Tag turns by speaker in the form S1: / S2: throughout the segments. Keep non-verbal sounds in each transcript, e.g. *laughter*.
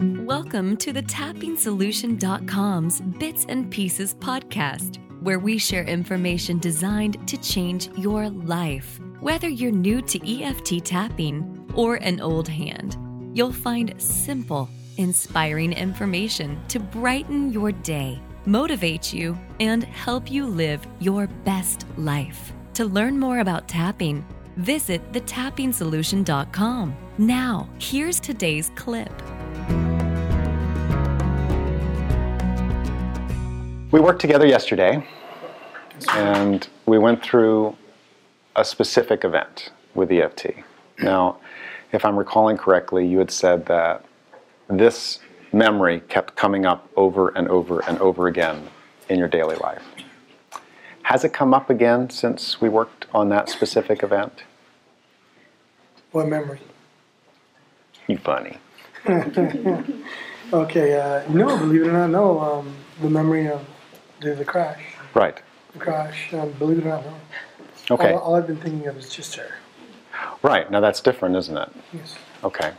S1: Welcome to the TappingSolution.com's Bits and Pieces podcast, where we share information designed to change your life. Whether you're new to EFT tapping or an old hand, you'll find simple, inspiring information to brighten your day, motivate you, and help you live your best life. To learn more about tapping, visit thetappingsolution.com. Now, here's today's clip.
S2: We worked together yesterday and we went through a specific event with EFT. Now, if I'm recalling correctly, you had said that this memory kept coming up over and over and over again in your daily life. Has it come up again since we worked on that specific event?
S3: What memory?
S2: You funny.
S3: Okay, uh, no, believe it or not, no. Um, the memory of the, the crash.
S2: Right.
S3: The crash, um, believe it or not, no.
S2: Okay.
S3: All, all I've been thinking of is just her.
S2: Right. Now that's different, isn't it?
S3: Yes.
S2: Okay.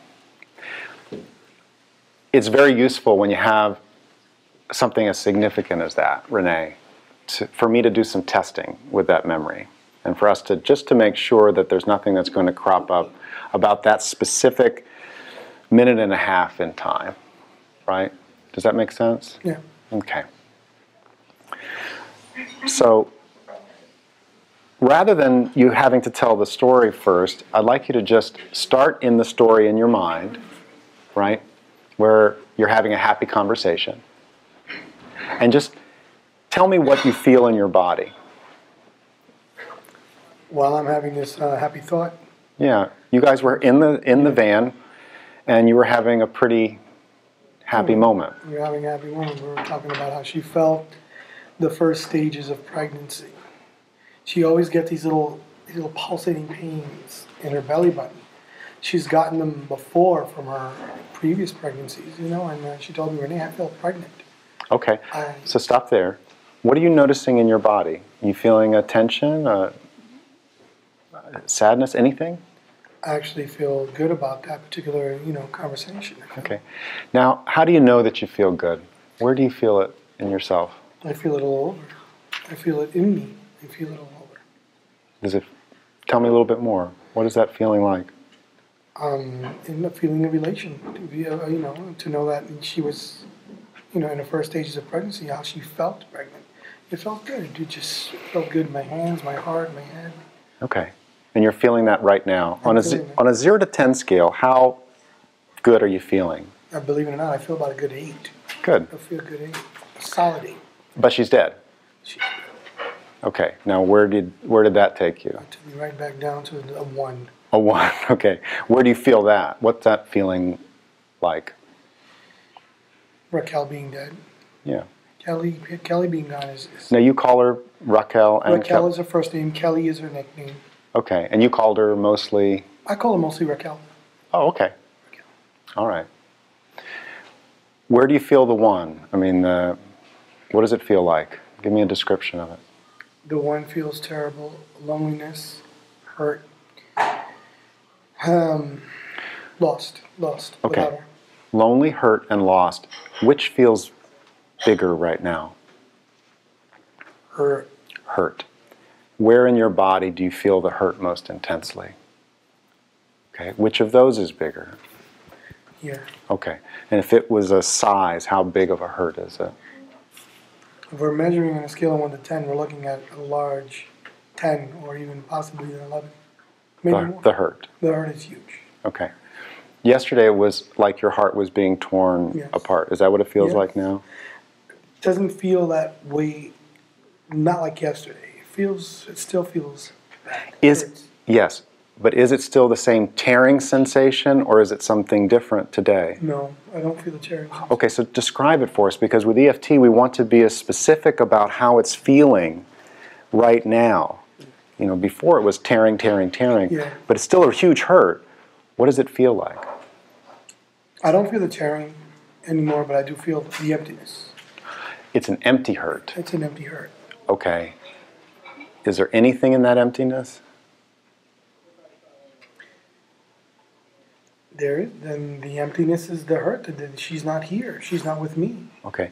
S2: It's very useful when you have something as significant as that, Renee, to, for me to do some testing with that memory and for us to just to make sure that there's nothing that's going to crop up about that specific minute and a half in time, right? Does that make sense?
S3: Yeah.
S2: Okay. So rather than you having to tell the story first, I'd like you to just start in the story in your mind, right? Where you're having a happy conversation. And just tell me what you feel in your body.
S3: While I'm having this uh, happy thought,
S2: Yeah, you guys were in the in the van and you were having a pretty happy moment.
S3: we are having a happy woman. We were talking about how she felt the first stages of pregnancy. She always gets these little, these little pulsating pains in her belly button. She's gotten them before from her previous pregnancies, you know, and uh, she told me, Renee, I feel pregnant.
S2: Okay.
S3: I-
S2: So stop there. What are you noticing in your body? You feeling a tension, a sadness, anything?
S3: I actually feel good about that particular, you know, conversation.
S2: Okay. Now, how do you know that you feel good? Where do you feel it in yourself?
S3: I feel it all over. I feel it in me. I feel it all over.
S2: Does it tell me a little bit more? What is that feeling like?
S3: Um, in the feeling of elation, to be, uh, you know, to know that she was, you know, in the first stages of pregnancy, how she felt pregnant. It felt good. It just felt good in my hands, my heart, my head.
S2: Okay. And you're feeling that right now. On a, ze-
S3: feeling it.
S2: on a 0 to 10 scale, how good are you feeling?
S3: I believe it or not, I feel about a good eight.
S2: Good.
S3: I feel a good eight, a solid eight.
S2: But she's dead.
S3: She
S2: Okay. Now, where did, where did that take you?
S3: took me right back down to a one.
S2: A one. *laughs* Okay. Where do you feel that? What's that feeling like?
S3: Raquel being dead.
S2: Yeah.
S3: Kelly, Kelly being gone is. is
S2: Now you call her Raquel and
S3: Raquel
S2: Kel-
S3: is her first name. Kelly is her nickname.
S2: okay, and you called her mostly.
S3: I call her mostly Raquel.
S2: Oh, okay. All right. Where do you feel the one? I mean, the, what does it feel like? Give me a description of it.
S3: The one feels terrible, loneliness, hurt, um, lost, lost.
S2: Okay.
S3: Without her.
S2: Lonely, hurt, and lost. Which feels bigger right now?
S3: Her
S2: Hurt. Where in your body do you feel the hurt most intensely? Okay. Which of those is bigger?
S3: here
S2: Okay. And if it was a size, how big of a hurt is it?
S3: If we're measuring on a scale of one to ten, we're looking at a large ten, or even possibly an eleven. Maybe
S2: The,
S3: more.
S2: the hurt.
S3: The hurt is huge.
S2: Okay. Yesterday was like your heart was being torn
S3: Yes.
S2: apart. Is that what it feels
S3: Yes.
S2: like now?
S3: Doesn't feel that way. Not like yesterday. It feels. It still feels. Bad.
S2: Is
S3: Hurts.
S2: yes, but is it still the same tearing sensation, or is it something different today?
S3: No, I don't feel the cherry.
S2: Okay, so describe it for us because with EFT we want to be as specific about how it's feeling right now. You know, before it was tearing, tearing, tearing,
S3: Yeah.
S2: but it's still a huge hurt. What does it feel like?
S3: I don't feel the tearing anymore, but I do feel the emptiness.
S2: It's an empty hurt.
S3: It's an empty hurt.
S2: Okay. Is there anything in that emptiness?
S3: there then the emptiness is the hurt that that she's not here she's not with me
S2: Okay.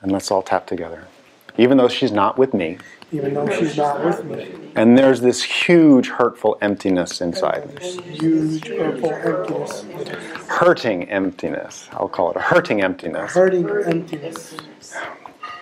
S2: And let's all tap together. Even though she's not with me,
S3: even though she's not with me
S2: and there's this huge hurtful emptiness inside me.
S3: huge purple emptiness
S2: Hurting emptiness. I'll call it a hurting emptiness.
S3: hurting emptiness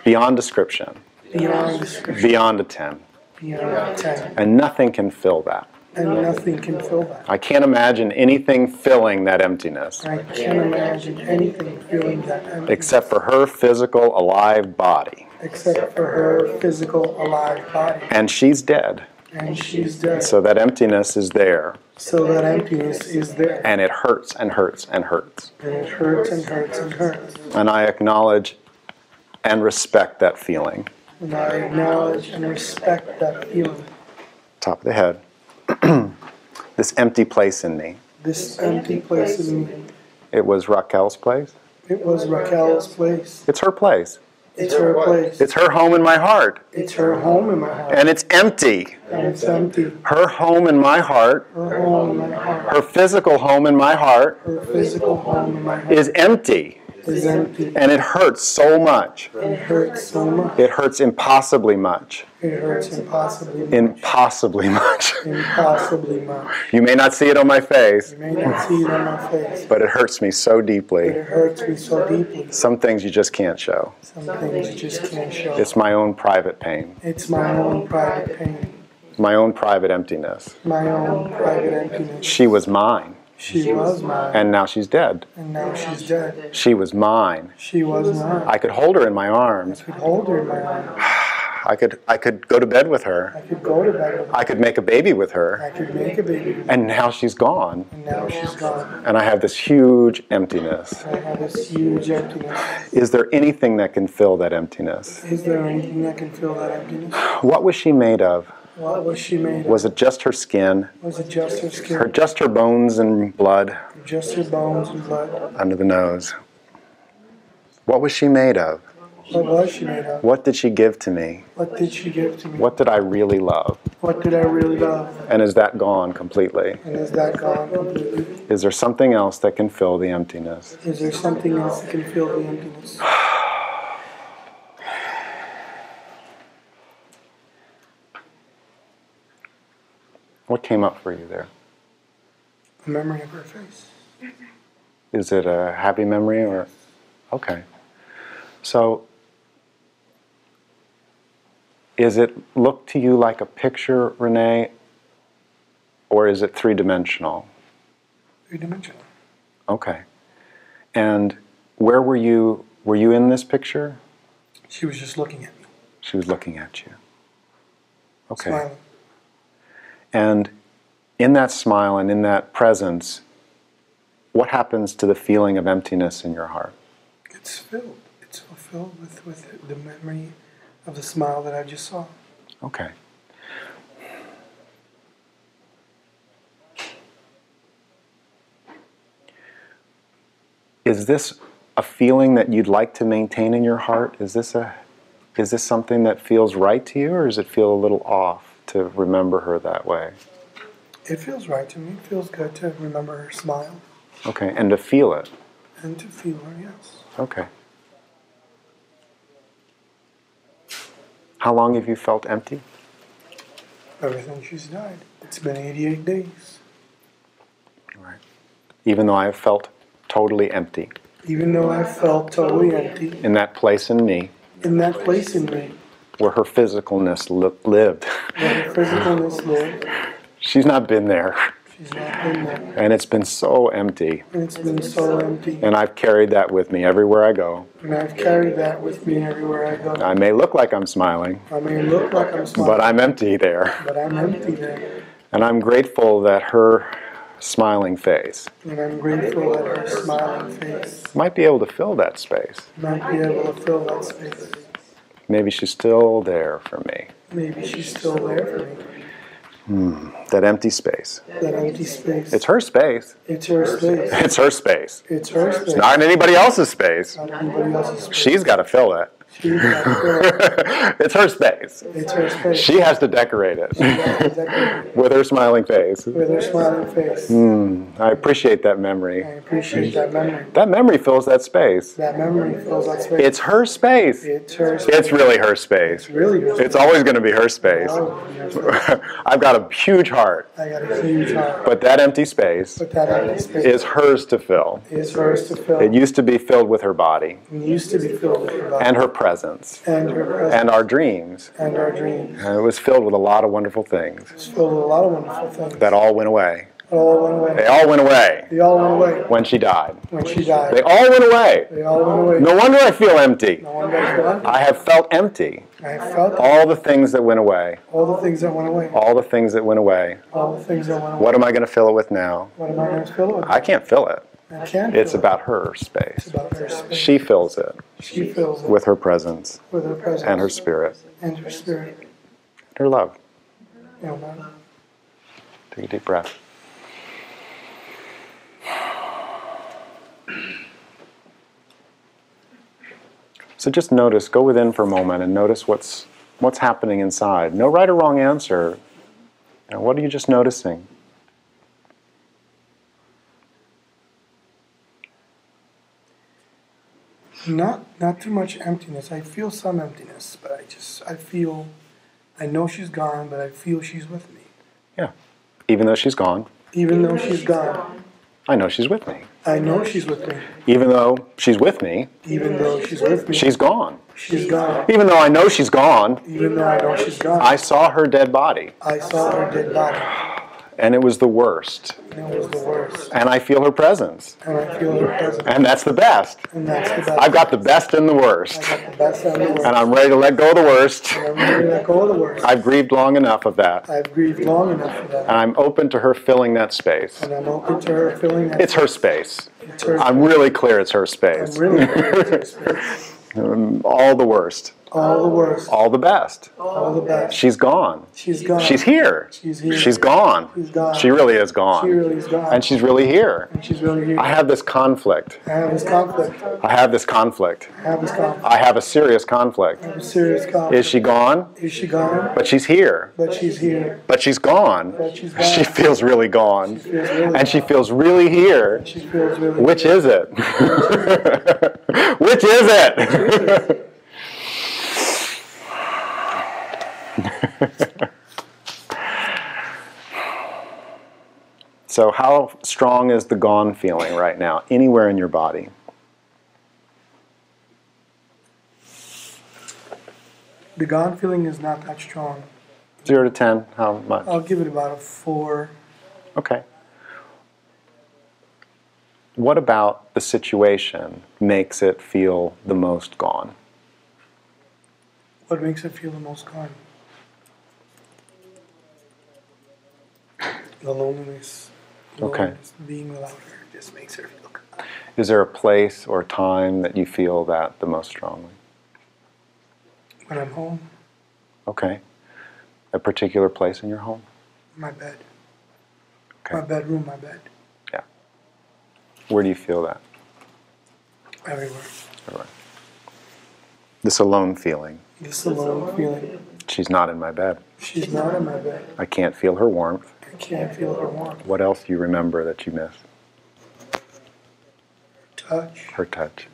S2: Beyond description,
S3: beyond description
S2: beyond a 10.
S3: beyond time
S2: And nothing can fill that.
S3: and nothing can fill that
S2: I can't imagine anything filling that emptiness
S3: I can't imagine anything feeling that empty
S2: except for her physical, alive body.
S3: except for her physical alive body
S2: And she's dead.
S3: and she's dead
S2: So that emptiness is there,
S3: so that emptiness is there
S2: and it hurts and hurts and hurts.
S3: and it hurts and hurts and hurts
S2: And I acknowledge and respect that feeling.
S3: and I acknowledge and respect that feeling
S2: Top of the head. *clears throat* this empty place in me.
S3: this empty place in me
S2: It was Raquel's place.
S3: It was Raquel's place.
S2: It's her place.
S3: It's her place.
S2: It's her home in my heart.
S3: It's her home in my heart.
S2: And it's empty.
S3: And it's empty.
S2: Her home in my heart,
S3: Her home in my heart.
S2: her physical home in my heart,
S3: Her physical home in my heart
S2: is empty.
S3: is empty.
S2: And it hurts so much.
S3: It hurts so much.
S2: It hurts impossibly much.
S3: It hurts impossibly,
S2: Impossibly *laughs* much.
S3: impossibly much.
S2: you may not see it on my face,
S3: You may not see it on my face,
S2: but it hurts me so
S3: but
S2: deeply.
S3: it hurts me so deeply.
S2: Some things you just can't show.
S3: Some things you just can't show.
S2: It's my own private pain,
S3: It's my own private pain,
S2: my own private emptiness.
S3: my own private emptiness.
S2: She was mine,
S3: She was mine,
S2: and now she's dead.
S3: and now she's dead.
S2: She was mine.
S3: She was mine.
S2: I could hold her in my arms.
S3: I could hold her in my arms.
S2: I could I could go to bed with her.
S3: I could go to bed with her.
S2: I could make a baby with her.
S3: I could make a baby with her.
S2: And now she's gone,
S3: And now she's gone.
S2: and I have this huge emptiness.
S3: I have this huge emptiness.
S2: Is there anything that can fill that emptiness?
S3: Is there anything that can fill that emptiness?
S2: What was she made of?
S3: What was she made of?
S2: Was it just her skin?
S3: Was it just her
S2: Or
S3: skin,
S2: just her bones and blood
S3: just her bones and blood?
S2: under the nose? What was she made of?
S3: What was she made of?
S2: What did she give to me?
S3: What did she give to me?
S2: What did I really love?
S3: What did I really love?
S2: And is that gone completely?
S3: And is that gone completely?
S2: Is there something else that can fill the emptiness?
S3: Is there something else that can fill the emptiness?
S2: What came up for you there?
S3: A memory of her face.
S2: Is it a happy memory or? Okay. So, is it look to you like a picture, Renee, or is it three dimensional?
S3: Three dimensional.
S2: Okay. And where were you? Were you in this picture?
S3: She was just looking at me,
S2: She was looking at you. Okay.
S3: smiling.
S2: And in that smile and in that presence, what happens to the feeling of emptiness in your heart?
S3: It's filled. It's fulfilled with, with the memory of the smile that I just saw.
S2: Okay. Is this a feeling that you'd like to maintain in your heart? Is this a is this something that feels right to you or does it feel a little off to remember her that way?
S3: It feels right to me. It feels good to remember her smile
S2: Okay, and to feel it.
S3: and to feel her, yes.
S2: Okay. How long have you felt empty?
S3: Ever since she's died. It's been 88 days.
S2: Right. Even though I have felt totally empty
S3: Even though I felt totally empty
S2: in that place in me
S3: in that place in me
S2: where her physicalness li- lived. *laughs*
S3: where her physicalness lived,
S2: She's not been there,
S3: she's not been there.
S2: and it's been so empty.
S3: And it's been so empty.
S2: And I've carried that with me everywhere I go.
S3: And I've carried that with me everywhere I go.
S2: I may look like I'm smiling,
S3: I may look like I'm
S2: but
S3: smiling,
S2: I'm empty there.
S3: but I'm empty there.
S2: And I'm grateful that her smiling face
S3: And I'm grateful that her smiling face
S2: might be able to fill that space.
S3: might be able to fill that space.
S2: Maybe she's still there for me,
S3: Maybe she's still there for me.
S2: that empty space.
S3: That empty space.
S2: It's her space.
S3: It's her space.
S2: It's her space.
S3: It's her space.
S2: Not anybody else's space.
S3: Not anybody else's space.
S2: She's got to fill it. *laughs*
S3: She's got the-
S2: it's her space.
S3: it's her space.
S2: She has to decorate it *laughs*
S3: Yeah, exactly.
S2: with her smiling face. Mm,
S3: With her smiling face.
S2: Hmm. I appreciate that
S3: I
S2: memory.
S3: appreciate that memory.
S2: That memory fills that space.
S3: That memory fills that space.
S2: It's her space.
S3: It's her space.
S2: It's really her space.
S3: Really good.
S2: It's always going to be her space. *laughs* I've got a huge heart,
S3: I got a huge heart.
S2: but that empty space
S3: But that empty space
S2: is hers to fill.
S3: is hers to fill.
S2: It used to be filled with her body
S3: and used to be filled with her love
S2: and her presence
S3: and her presence
S2: and our dreams.
S3: and, our dreams.
S2: And it was filled with a lot of wonderful things
S3: It's filled with a lot of wonderful things.
S2: that all went away.
S3: It all went
S2: They
S3: away.
S2: all went away
S3: They all went away
S2: when she died.
S3: when she
S2: They
S3: died.
S2: all went away.
S3: They all went away.
S2: No wonder I feel empty.
S3: No one got forgotten.
S2: I have felt empty.
S3: I felt
S2: All the things that went away,
S3: all the things that went away.
S2: all the things that went away.
S3: All the things that went away.
S2: What am I going to fill it with now?
S3: What am I going to fill it with?
S2: I can't fill it.
S3: I can't.
S2: It's
S3: fill
S2: about her space.
S3: it. about her space.
S2: She fills it
S3: She fills it
S2: with her presence
S3: with her presence
S2: and her spirit,
S3: and her spirit.
S2: her love.
S3: Amen.
S2: Take a deep breath. *clears throat* So just notice, go within for a moment and notice what's what's happening inside. No right or wrong answer. You know, what are you just noticing?
S3: Not not too much emptiness. I feel some emptiness, but I just I feel I know she's gone, but I feel she's with me.
S2: Yeah. Even though she's gone,
S3: Even though she's gone,
S2: I know she's with me.
S3: I know she's with me.
S2: Even though she's with me,
S3: Even though she's with me,
S2: she's gone.
S3: she's gone.
S2: Even though I know she's gone,
S3: Even though I know she's gone,
S2: I saw her dead body
S3: I saw her dead body,
S2: and it was the worst.
S3: and it was the worst.
S2: And I feel her presence.
S3: And I feel her presence,
S2: And that's the best.
S3: and that's the best.
S2: I've got the best and the worst.
S3: I got the best and the worst.
S2: and I'm ready to let go of the worst.
S3: I'm ready to let go of the worst.
S2: I've grieved long enough of that,
S3: I've grieved long enough for that,
S2: and I'm open to her filling that space.
S3: and I'm open to her filling that.
S2: It's her space.
S3: It's her-
S2: I'm really clear it's her
S3: I'm
S2: space. Um,
S3: really open
S2: *laughs*
S3: to her space.
S2: All the worst,
S3: All the worst,
S2: all the best.
S3: all the best.
S2: She's gone.
S3: She's gone.
S2: She's here.
S3: She's here.
S2: She's gone.
S3: She's gone.
S2: She really is
S3: She really
S2: gone.
S3: is gone.
S2: And she's really here.
S3: She's really here.
S2: I have this conflict.
S3: I have this conflict.
S2: I have this conflict.
S3: I have this conflict.
S2: I have a serious conflict.
S3: A serious conflict.
S2: Is she gone?
S3: Is she gone?
S2: But she's here.
S3: But she's here.
S2: But she's gone.
S3: But she's gone.
S2: *laughs* She feels really gone.
S3: feels really
S2: And she feels really here.
S3: She feels really.
S2: Which is it? *laughs* Which is it? *laughs* so, how strong is the gone feeling right now, anywhere in your body?
S3: The gone feeling is not that strong.
S2: Zero to ten, how much?
S3: I'll give it about a four.
S2: Okay. What about the situation makes it feel the most gone?
S3: What makes it feel the most gone? The loneliness.
S2: Okay.
S3: Loneliness, Being without her just makes her feel gone.
S2: Is there a place or time that you feel that the most strongly?
S3: When I'm home,
S2: Okay. A particular place in your home?
S3: my bed, my
S2: Okay.
S3: bedroom, my bed,
S2: Yeah. Where do you feel that?
S3: everywhere.
S2: Everywhere. This alone feeling.
S3: This alone feeling.
S2: She's not in my bed.
S3: She's not in my bed.
S2: I can't feel her warmth.
S3: I can't feel her warmth.
S2: What else do you remember that you miss?
S3: Touch.
S2: Her touch.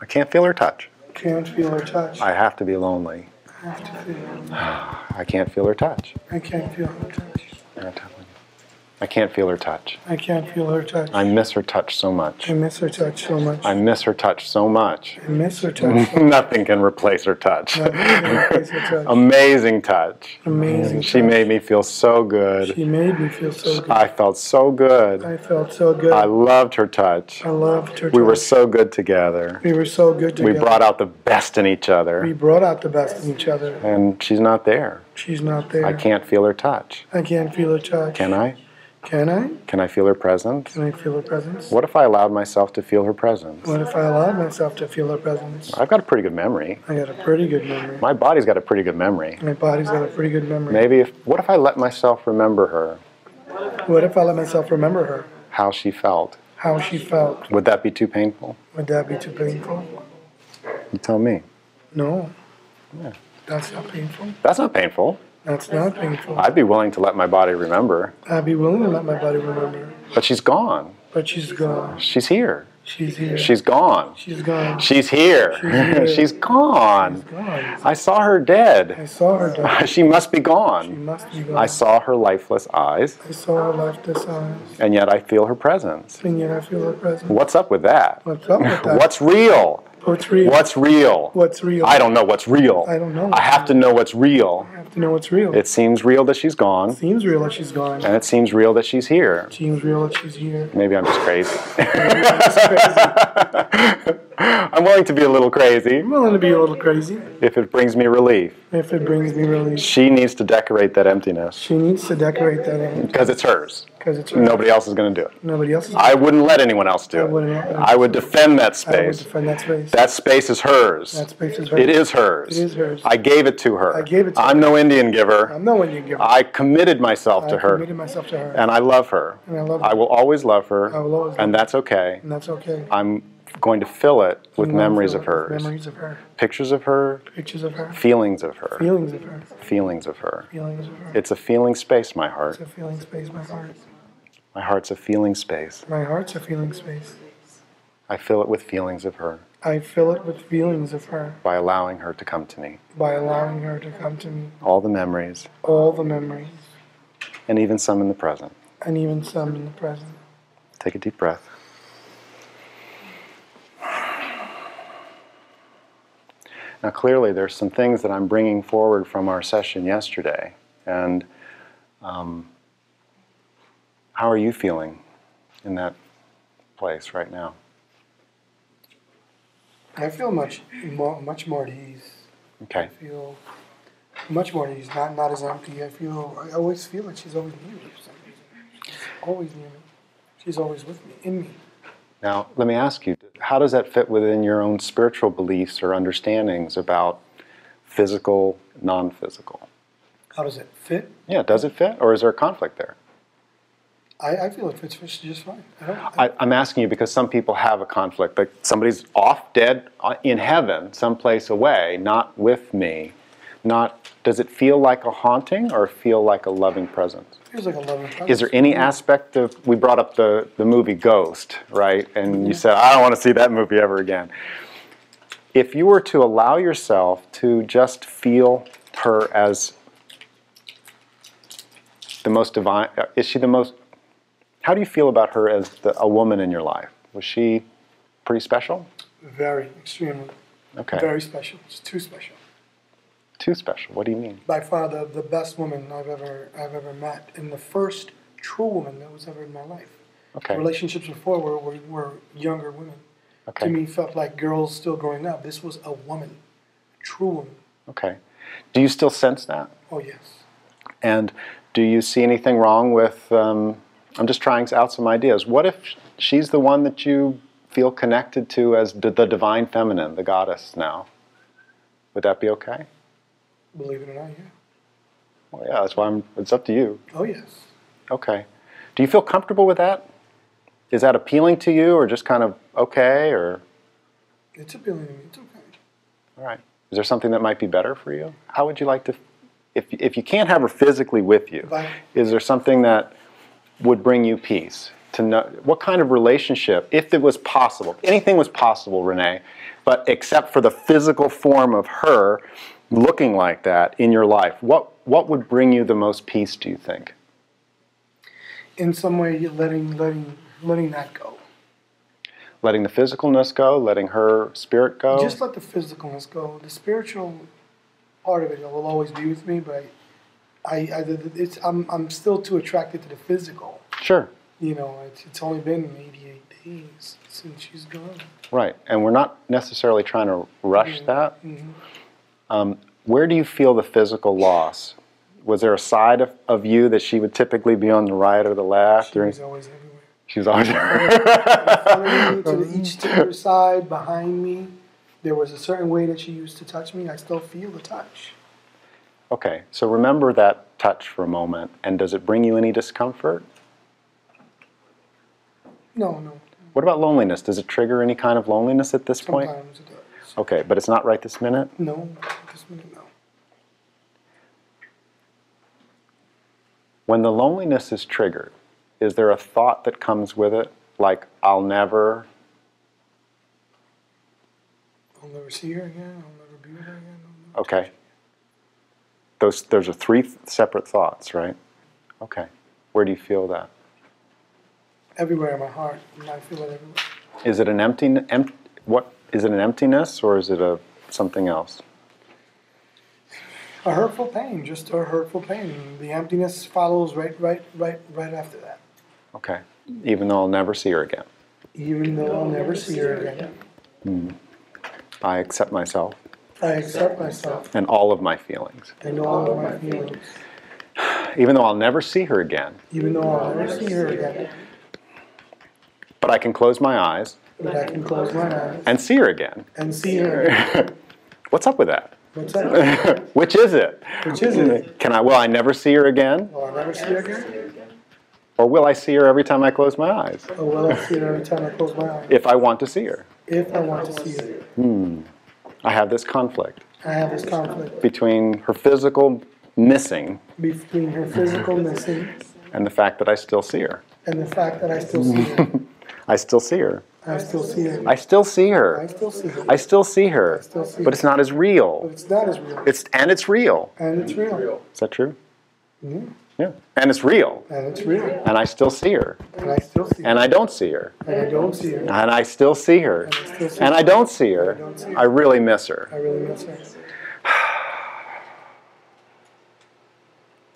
S2: I can't feel her touch.
S3: Can't feel her touch.
S2: I have to be lonely.
S3: I have to feel her.
S2: I can't feel her touch.
S3: I can't feel her touch.
S2: I'm telling you. I can't feel her touch.
S3: I can't feel her touch.
S2: I miss her touch so much.
S3: I miss her touch so much.
S2: I miss her touch so much.
S3: I miss her touch.
S2: Nothing can replace her touch.
S3: I can't
S2: *laughs*
S3: replace her touch.
S2: Amazing touch.
S3: Amazing.
S2: She
S3: touch.
S2: made me feel so good.
S3: She made me feel so good.
S2: I felt so good.
S3: I felt so good.
S2: I
S3: I,
S2: loved her touch.
S3: loved her.
S2: We were
S3: touch.
S2: so good together.
S3: we were so good
S2: We
S3: together.
S2: brought out the best in each
S3: we
S2: other,
S3: brought out the best in each other.
S2: and she's not there.
S3: She's not there.
S2: I can't feel her touch.
S3: I can't feel her touch.
S2: Can I?
S3: Can I?
S2: Can I feel her presence?
S3: Can I feel her presence?
S2: What if I allowed myself to feel her presence?
S3: What if I allowed myself to feel her presence?
S2: I've got a pretty good memory.
S3: I got a pretty good memory.
S2: My body's got a pretty good memory.
S3: My body's got a pretty good memory.
S2: Maybe if, what if I let myself remember her,
S3: What if I let myself remember her?
S2: how she felt?
S3: How she felt?
S2: Would that be too painful?
S3: Would that be too painful?
S2: You tell me.
S3: No. That's not painful.
S2: That's not painful.
S3: That's not painful.
S2: I'd be willing to let my body remember.
S3: I'd be willing to let my body remember,
S2: But she's gone.
S3: but she's gone.
S2: She's here.
S3: She's here.
S2: She's gone.
S3: She's gone.
S2: She's here.
S3: She's here.
S2: *laughs* She's gone.
S3: gone.
S2: I saw her
S3: I
S2: dead. *laughs*
S3: saw her
S2: *sighs*
S3: die.
S2: She must be
S3: She
S2: gone.
S3: must be gone.
S2: I saw her lifeless eyes,
S3: I saw her lifeless eyes,
S2: and yet I feel her presence.
S3: and yet I feel her presence.
S2: What's up with that?
S3: What's
S2: *laughs*
S3: up with that?
S2: What's real?
S3: What's real?
S2: What's real?
S3: What's real?
S2: I don't know what's real.
S3: I don't know.
S2: I have to know what's real.
S3: I have to know what's real.
S2: It seems real that she's gone,
S3: seems real that she's gone.
S2: and it seems real that she's here.
S3: seems real that she's here.
S2: Maybe I'm just crazy.
S3: It's crazy.
S2: *laughs* I'm willing to be a little crazy
S3: I'm willing to be a little crazy
S2: if it brings me relief.
S3: if it brings me relief.
S2: She needs to decorate that emptiness
S3: She needs to decorate that end
S2: because it's hers.
S3: because it's her.
S2: Nobody else is going to do it.
S3: Nobody else is.
S2: I wouldn't let anyone else do
S3: wouldn't
S2: it.
S3: let them.
S2: I would defend that
S3: I would
S2: space.
S3: defend that space.
S2: That space is hers.
S3: that space is hers.
S2: It is hers.
S3: It is hers.
S2: I gave it to her.
S3: I gave it to
S2: I'm no Indian giver.
S3: I'm not one you give.
S2: I committed myself
S3: I
S2: to her,
S3: committed myself to her,
S2: and I love her.
S3: and I love her,
S2: I will always love her,
S3: I will always love
S2: and that's okay.
S3: and that's okay.
S2: I'm going to fill it with
S3: I'm
S2: memories of
S3: filled
S2: hers,
S3: with Memories of her.
S2: pictures of her,
S3: Pictures of her.
S2: feelings of her,
S3: Feelings of her.
S2: feelings of her.
S3: Feelings of her.
S2: It's a feeling space, my heart.
S3: It's a feeling space, my heart.
S2: My heart's a feeling space.
S3: My heart's a feeling space.
S2: I fill it with feelings of her
S3: I fill it with feelings of her
S2: by allowing her to come to me.
S3: by allowing her to come to me.
S2: All the memories,
S3: All the memories,
S2: and even some in the present.
S3: and even some in the present.
S2: Take a deep breath. Now, clearly, there's some things that I'm bringing forward from our session yesterday. And um, how are you feeling in that place right now?
S3: I feel much, more, much more at ease.
S2: Okay.
S3: I feel much more at ease. Not, not as empty. I feel. I always feel like she's always near me. For some reason. She's always near me. She's always with me, in me.
S2: Now, let me ask you how does that fit within your own spiritual beliefs or understandings about physical, non physical?
S3: How does it fit?
S2: Yeah, does it fit, or is there a conflict there?
S3: I, I feel it fits just just fine. I don't. I,
S2: I, I'm asking you because some people have a conflict. Like somebody's off dead uh, in heaven, someplace away, not with me. Not does it feel like a haunting or feel like a loving presence?
S3: it feels like a loving presence.
S2: Is there any aspect of we brought up the, the movie Ghost, right? And you said, I don't want to see that movie ever again. If you were to allow yourself to just feel her as the most divine uh, is she the most how do you feel about her as the, a woman in your life? Was she pretty special?
S3: Very, extremely,
S2: Okay.
S3: very special. It's too special.
S2: Too special. What do you mean?
S3: By far the, the best woman I've ever I've ever met, and the first true woman that was ever in my life.
S2: Okay.
S3: Relationships before were, were were younger women.
S2: Okay.
S3: To me, felt like girls still growing up. This was a woman, a true woman.
S2: Okay. Do you still sense that?
S3: Oh yes.
S2: And do you see anything wrong with? Um, I'm just trying out some ideas. What if she's the one that you feel connected to as d- the divine feminine, the goddess now? Would that be okay?
S3: Believe it or not, yeah.
S2: Well, yeah, that's why I'm, it's up to you.
S3: Oh yes.
S2: Okay. Do you feel comfortable with that? Is that appealing to you, or just kind of okay, or
S3: It's appealing to me. It's okay.
S2: all right? Is there something that might be better for you? How would you like to? If if you can't have her physically with you,
S3: Right.
S2: is there something that would bring you peace to know what kind of relationship if it was possible if anything was possible renee but except for the physical form of her looking like that in your life what what would bring you the most peace do you think
S3: In some way, you're letting letting letting that go.
S2: letting the physicalness go letting her spirit go
S3: Just let the physicalness go. The spiritual part of it will always be with me, but I, I it's I'm I'm still too attracted to the physical.
S2: sure
S3: You know, it's, it's only been 88 days since she's gone.
S2: right and we're not necessarily trying to rush that um, where do you feel the physical loss was there a side of, of you that she would typically be on the right or the left or *laughs*
S3: She's
S2: anything?
S3: always everywhere.
S2: she was always *laughs*
S3: Following me to the, each to her side, behind me. There was a certain way that she used to touch me. I still feel the touch.
S2: Okay, so remember that touch for a moment, and does it bring you any discomfort?
S3: No, no.
S2: What about loneliness? Does it trigger any kind of loneliness at this point?
S3: Sometimes it does.
S2: Okay, but it's not right this minute?
S3: No, at this minute, no.
S2: When the loneliness is triggered, is there a thought that comes with it? Like, I'll never,
S3: I'll never see her again. I'll never be with her again. I'll never-
S2: okay. Those, those are three th- separate thoughts, right? Okay. Where do you feel that?
S3: Everywhere in my heart, and I feel it everywhere.
S2: Is it an empty, em, what, is it an emptiness or is it a something else?
S3: A hurtful pain, just a hurtful pain. The emptiness follows right, right, right, right after that.
S2: Okay. Even though I'll never see her again.
S3: Even though I'll never see her again,
S2: I accept myself
S3: I accept myself
S2: and all of my feelings.
S3: and all of my feelings.
S2: Even though I'll never see her again,
S3: Even though I'll never see her again,
S2: but I can close my eyes
S3: but I can close my eyes
S2: and see her again.
S3: and see her. again.
S2: What's up with that? *laughs*
S3: What's that?
S2: Which is it?
S3: Which is it?
S2: Can I, will I never see her again?
S3: Will I never see her again?
S2: Or will I see her every time I close my eyes?
S3: Or will I see her every time I close my eyes?
S2: If I want to see her,
S3: If I want to see her,
S2: I have this conflict
S3: I have this conflict
S2: between her physical missing
S3: between her physical missing
S2: and the fact that I still see her.
S3: and the fact that I still see her.
S2: I still see her.
S3: I still see her.
S2: I still see
S3: I
S2: her.
S3: still see her.
S2: I still see her.
S3: still see her.
S2: But it's not as real.
S3: It's not as real.
S2: It's and it's real.
S3: And it's real.
S2: Is that true?
S3: Mm-hmm.
S2: Yeah. And it's real.
S3: And it's real.
S2: And I still see her.
S3: And I still see her.
S2: And I don't see her.
S3: And I don't see her.
S2: And I still see her.
S3: I still see
S2: And
S3: her.
S2: I don't see her.
S3: don't see her.
S2: I really miss
S3: I
S2: her.
S3: really miss her.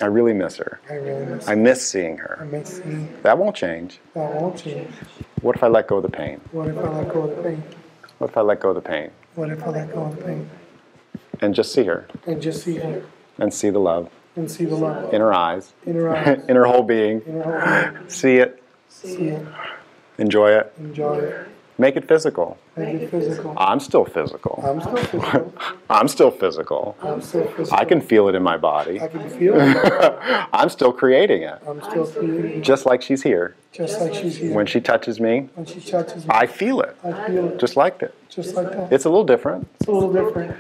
S2: I really miss her.
S3: I really miss her.
S2: I miss seeing
S3: I
S2: her.
S3: miss me.
S2: That won't change.
S3: That won't change.
S2: What if I let go of the pain?
S3: What if I let go of the pain?
S2: What if I let go of the pain
S3: What if I let go of the pain?
S2: and just see her
S3: And just see her.
S2: and see the love
S3: And see the love
S2: in her eyes,
S3: in her eyes.
S2: *laughs* in her whole being?
S3: In her whole being.
S2: See it,
S3: See it.
S2: enjoy it,
S3: Enjoy it.
S2: make it physical.
S3: Make it physical.
S2: I'm still physical.
S3: I'm still physical.
S2: I'm still physical.
S3: I'm still physical.
S2: I can feel it in my body. *laughs*
S3: I can feel it.
S2: I'm still creating it.
S3: I'm still feeling it.
S2: Just like she's here.
S3: Just like she's here.
S2: When she touches me,
S3: When she touches me,
S2: I feel it.
S3: I feel it.
S2: Just like that.
S3: Just like that.
S2: It's a little different.
S3: It's a little different.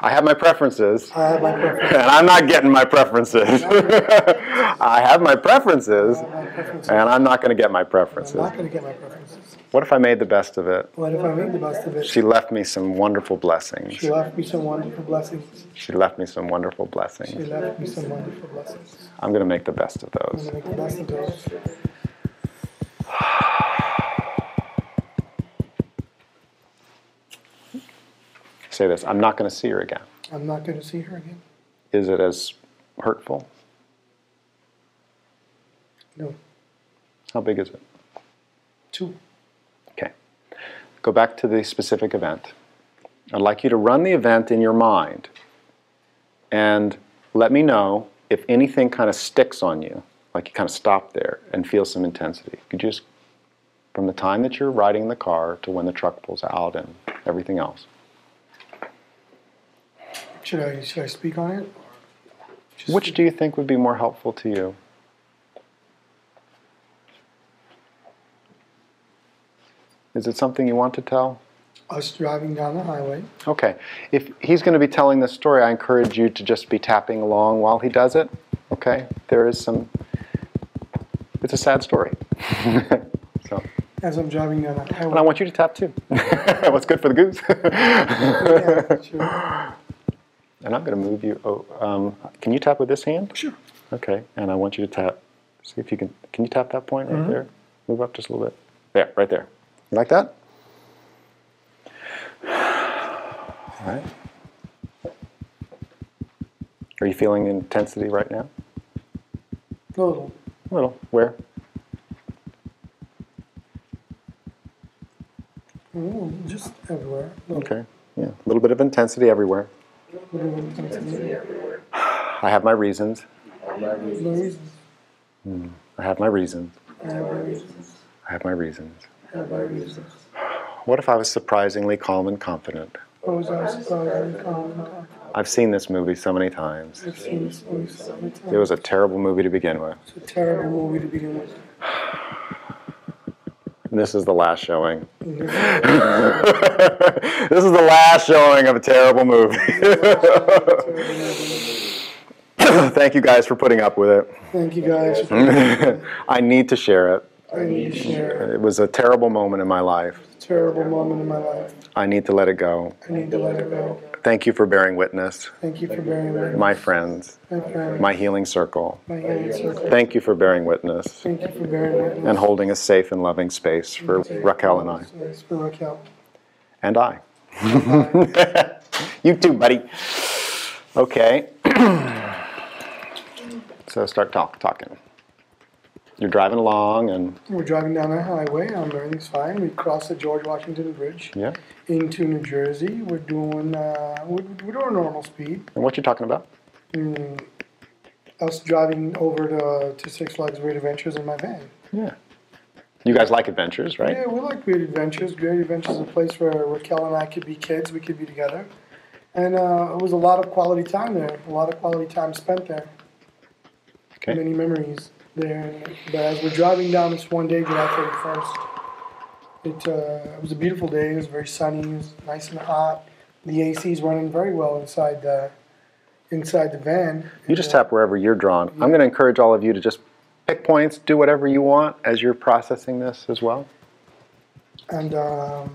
S2: I have my preferences.
S3: I have my preference.
S2: and I'm not getting my preferences. *laughs* I have my preferences,
S3: My preferences.
S2: and I'm not going to get my
S3: I'm
S2: preferences.
S3: not going to get my preferences.
S2: What if I made the best of it?
S3: What if I made the best of it?
S2: She left me some wonderful blessings.
S3: She left me some wonderful blessings.
S2: She left me some wonderful
S3: She
S2: blessings.
S3: left me some wonderful blessings.
S2: I'm going to make the best of
S3: I'm
S2: those.
S3: going to make the best of those.
S2: Say this I'm not going to see her again.
S3: I'm not going to see her again.
S2: Is it as hurtful?
S3: No.
S2: How big is it?
S3: Two.
S2: Okay. Go back to the specific event. I'd like you to run the event in your mind and let me know if anything kind of sticks on you, like you kind of stop there and feel some intensity. You could just, from the time that you're riding in the car to when the truck pulls out and everything else.
S3: Should I should I speak on it? Just,
S2: Which do you think would be more helpful to you? Is it something you want to tell?
S3: us driving down the highway.
S2: Okay. If he's going to be telling this story, I encourage you to just be tapping along while he does it. Okay? There is some. It's a sad story. *laughs* so,
S3: As I'm driving
S2: *laughs*
S3: down the
S2: and I
S3: highway.
S2: want you to tap too. What's good for the goose? *laughs*
S3: Yeah, sure.
S2: and I'm going to move you. Oh, um, can you tap with this hand?
S3: Sure.
S2: Okay. And I want you to tap. See if you can. Can you tap that point right there? Move up just a little bit. There, right there. You Mm-hmm. like that? All right. Are you feeling intensity right now?
S3: Little.
S2: A little. Where?
S3: Mm, just everywhere. Little.
S2: Okay. Yeah. A little bit of intensity everywhere.
S3: Little intensity.
S2: I have my reasons.
S3: No reasons.
S2: I have my reasons.
S3: I have my reasons.
S2: I have my reasons.
S3: I have my reasons.
S2: What if I was surprisingly calm and confident?
S3: What was I surprised? Um,
S2: I've seen this movie so many times.
S3: I've seen this movie so many times.
S2: It was a terrible movie to begin with.
S3: It's a terrible movie to begin with.
S2: this is the last showing. *laughs* this is the last showing of a terrible movie. *laughs* Thank you guys for putting up with it.
S3: Thank you guys. for-
S2: *laughs* I need to share it.
S3: I need to share
S2: It was a terrible moment in my life.
S3: a terrible moment in my life.
S2: I need to let it go.
S3: I need to let it go.
S2: Thank you for bearing witness,
S3: Thank you for bearing with me,
S2: my friends,
S3: my friend,
S2: my healing circle.
S3: my healing circle.
S2: Thank you for bearing witness
S3: Thank you for bearing with me.
S2: and holding a safe and loving space for Raquel and I.
S3: Thanks for Raquel.
S2: And I. *laughs* you too, buddy. Okay. *clears throat* so start talk, talking. You're driving along and
S3: We're driving down the highway. I'm everything's fine. We cross the George Washington Bridge
S2: yeah.
S3: into New Jersey. We're doing uh, we're, we're doing normal speed.
S2: And what you talking about?
S3: I was driving over to, to Six Flags Great Adventures in my van.
S2: Yeah. You guys like adventures, right?
S3: Yeah, we like Great Adventures. Great Adventures is a place where Raquel and I could be kids. We could be together, and uh, it was a lot of quality time there. A lot of quality time spent there.
S2: Okay.
S3: many memories there. But as we're driving down this one day, July 31st, it, uh, it was a beautiful day. It was very sunny. It was nice and hot. The AC is running very well inside the inside the van.
S2: You just tap wherever you're drawn. I'm going to encourage all of you to just pick points, do whatever you want as you're processing this as well.
S3: and um,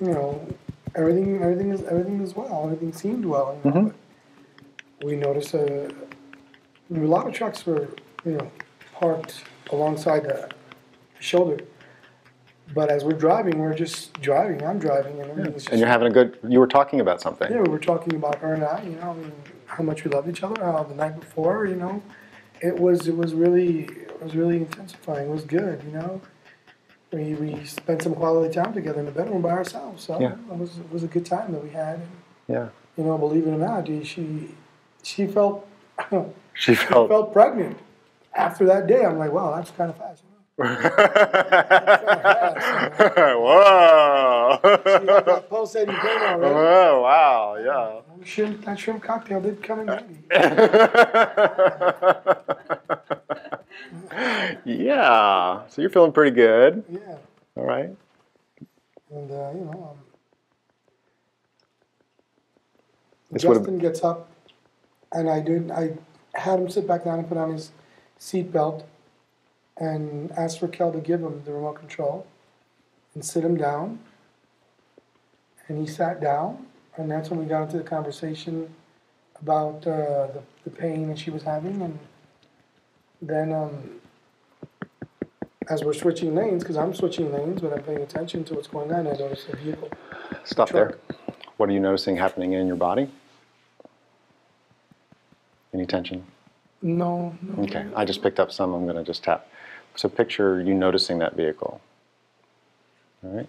S3: you know everything everything is everything is well everything seemed well you know,
S2: Mm-hmm.
S3: but we noticed a, a lot of trucks were you know parked alongside the shoulder but as we're driving we're just driving i'm driving and everything's just
S2: And you're having a good, you were talking about something.
S3: yeah, we were talking about her and I, you know, and how much we loved each other, how the night before, you know, it was it was really it was really intensifying. It was good, you know. We we spent some quality time together in the bedroom by ourselves, so
S2: Yeah.
S3: it was it was a good time that we had.
S2: yeah.
S3: You know, believe it or not, dude, she she felt *laughs*
S2: She felt.
S3: felt pregnant after that day. I'm like, wow, that's kind of fast. *laughs* you know.
S2: *laughs* Whoa.
S3: She had that pulsating pain already.
S2: Oh wow! Yeah.
S3: Shrimp, that shrimp cocktail did come in handy.
S2: yeah. So you're feeling pretty good.
S3: Yeah.
S2: All right.
S3: And uh, you know, um,
S2: This would've-
S3: Justin gets up, and I did. I had him sit back down and put on his seatbelt, and asked Raquel to give him the remote control, and sit him down. And he sat down, and that's when we got into the conversation about uh, the, the pain that she was having, and then um, as we're switching lanes, because I'm switching lanes, but I'm paying attention to what's going on, I notice a vehicle.
S2: Stop
S3: Sure.
S2: there. What are you noticing happening in your body? Any tension?
S3: No, no.
S2: Okay. I just picked up some. I'm going to just tap. So picture you noticing that vehicle. All right.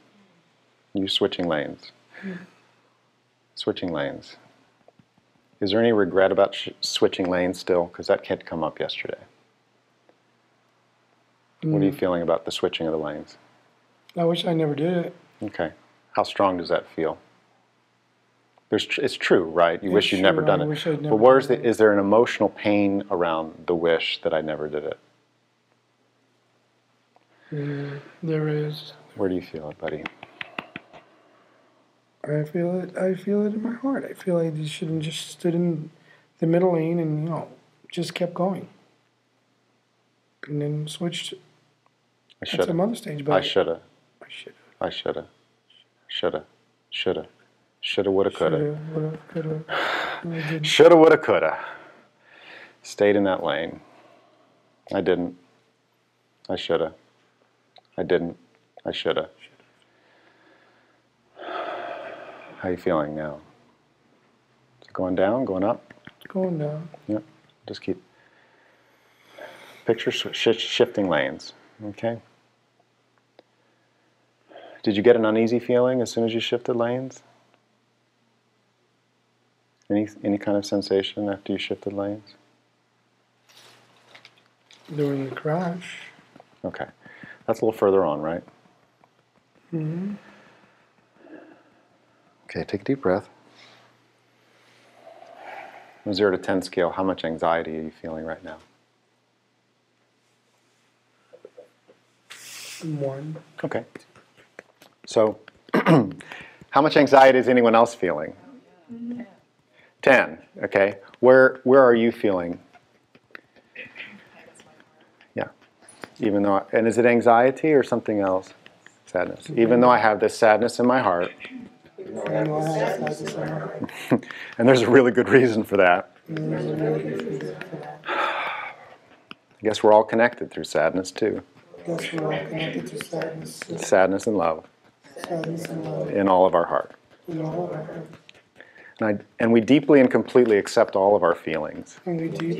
S2: You switching lanes.
S3: Hmm.
S2: Switching lanes. Is there any regret about sh- switching lanes still? Because that had come up yesterday. What are
S3: Hmm.
S2: you feeling about the switching of the lanes?
S3: I wish I never did it.
S2: Okay. How strong does that feel? There's tr- it's true, right? You wish you'd
S3: true.
S2: never done
S3: I
S2: it.
S3: wish I'd
S2: but
S3: never
S2: where's
S3: done
S2: the, is there an emotional pain around the wish that I never did it?
S3: There is.
S2: Where do you feel it, buddy?
S3: I feel it. I feel it in my heart. I feel like you should have just stood in the middle lane and you know just kept going, and then switched
S2: I
S3: at
S2: should
S3: some other stage. But
S2: I shoulda.
S3: I should.
S2: I shoulda. Shoulda. Shoulda. Shoulda, woulda, coulda.
S3: Coulda, woulda, coulda. I did.
S2: Shoulda, woulda, coulda. Stayed in that lane. I didn't. I shoulda. I didn't. I shoulda. How you feeling now? Is it going down, going up?
S3: Going down.
S2: Yep. Just keep. Picture sw- sh- shifting lanes. Okay. Did you get an uneasy feeling as soon as you shifted lanes? Any any kind of sensation after you shifted lanes?
S3: During the crash,
S2: Okay, that's a little further on, right? Mm-hmm. Okay, take a deep breath. On a zero to ten scale, how much anxiety are you feeling right now?
S3: One.
S2: Okay. So, *clears throat* how much anxiety is anyone else feeling? Ten. Okay. Where where are you feeling? Yeah. Even though, and is it anxiety or something else? Sadness. Even though I have this sadness in my heart, *laughs*
S3: I know I have that desire.
S2: and there's a really good reason for that. *sighs* I guess we're all connected through sadness too.
S3: That's where I'm connected to sadness,
S2: Sadness and love
S3: sadness and love.
S2: in all of our heart.
S3: We all have it.
S2: And, I, and we deeply and completely accept all of our feelings.
S3: And we do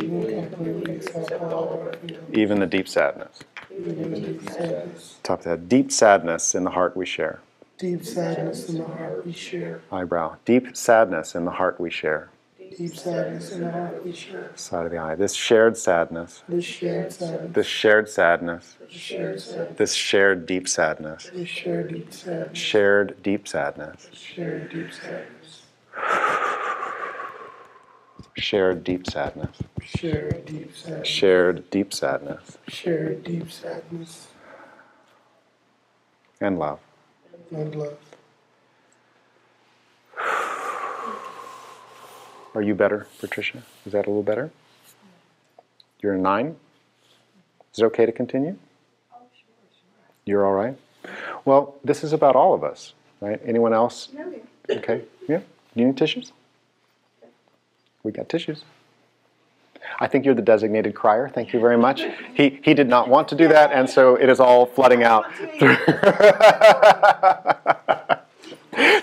S3: completely accept all of our feelings.
S2: even the deep sadness.
S3: sadness.
S2: Top of the head. Deep sadness in the heart we share.
S3: Deep sadness in the heart we share.
S2: Eyebrow. Deep sadness in the heart we share.
S3: Deep sadness in the heart we share.
S2: Side of the eye. This shared sadness.
S3: This shared sadness.
S2: This shared sadness.
S3: This shared sadness.
S2: This shared deep sadness.
S3: This shared deep sadness.
S2: Shared deep sadness.
S3: Shared deep sadness.
S2: Shared deep sadness.
S3: Shared deep sadness.
S2: Shared deep sadness.
S3: Shared deep sadness
S2: And love.
S3: and love.
S2: Are you better, Patricia? Is that a little better? You're a nine? Is it okay to continue? You're all right? Well, this is about all of us, right? Anyone else? Okay, yeah. You need tissues? We got tissues. I think you're the designated crier. Thank you very much. He, he did not want to do that, and so it is all flooding out. *laughs*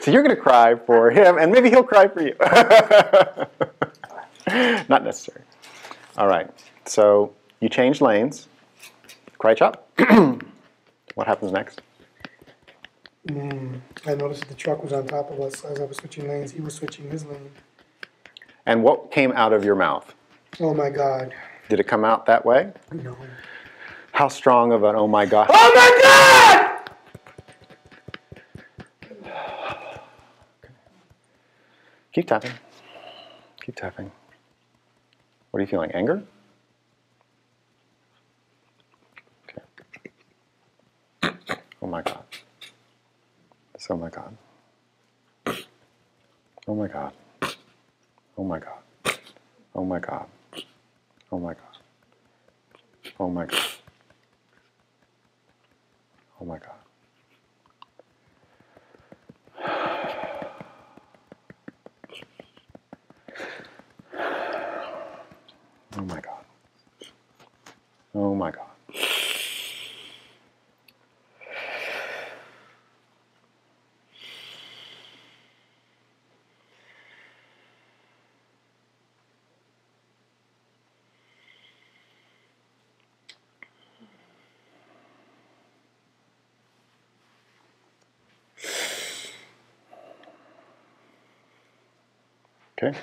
S2: so you're going to cry for him, and maybe he'll cry for you. not necessary. All right. So you change lanes. Cry chop. *clears throat* what happens next?
S3: I noticed the truck was on top of us as I was switching lanes. He was switching his lane.
S2: And what came out of your mouth?
S3: Oh my God.
S2: Did it come out that way?
S3: No.
S2: How strong of an oh my god?
S3: Oh my God!
S2: Keep tapping. Keep tapping. What are you feeling? Anger? Okay. Oh my god. This oh my god. Oh my god. Oh my god. Oh my god. Oh my god. Oh my god. Oh my god. Oh my god. Oh my god. Okay.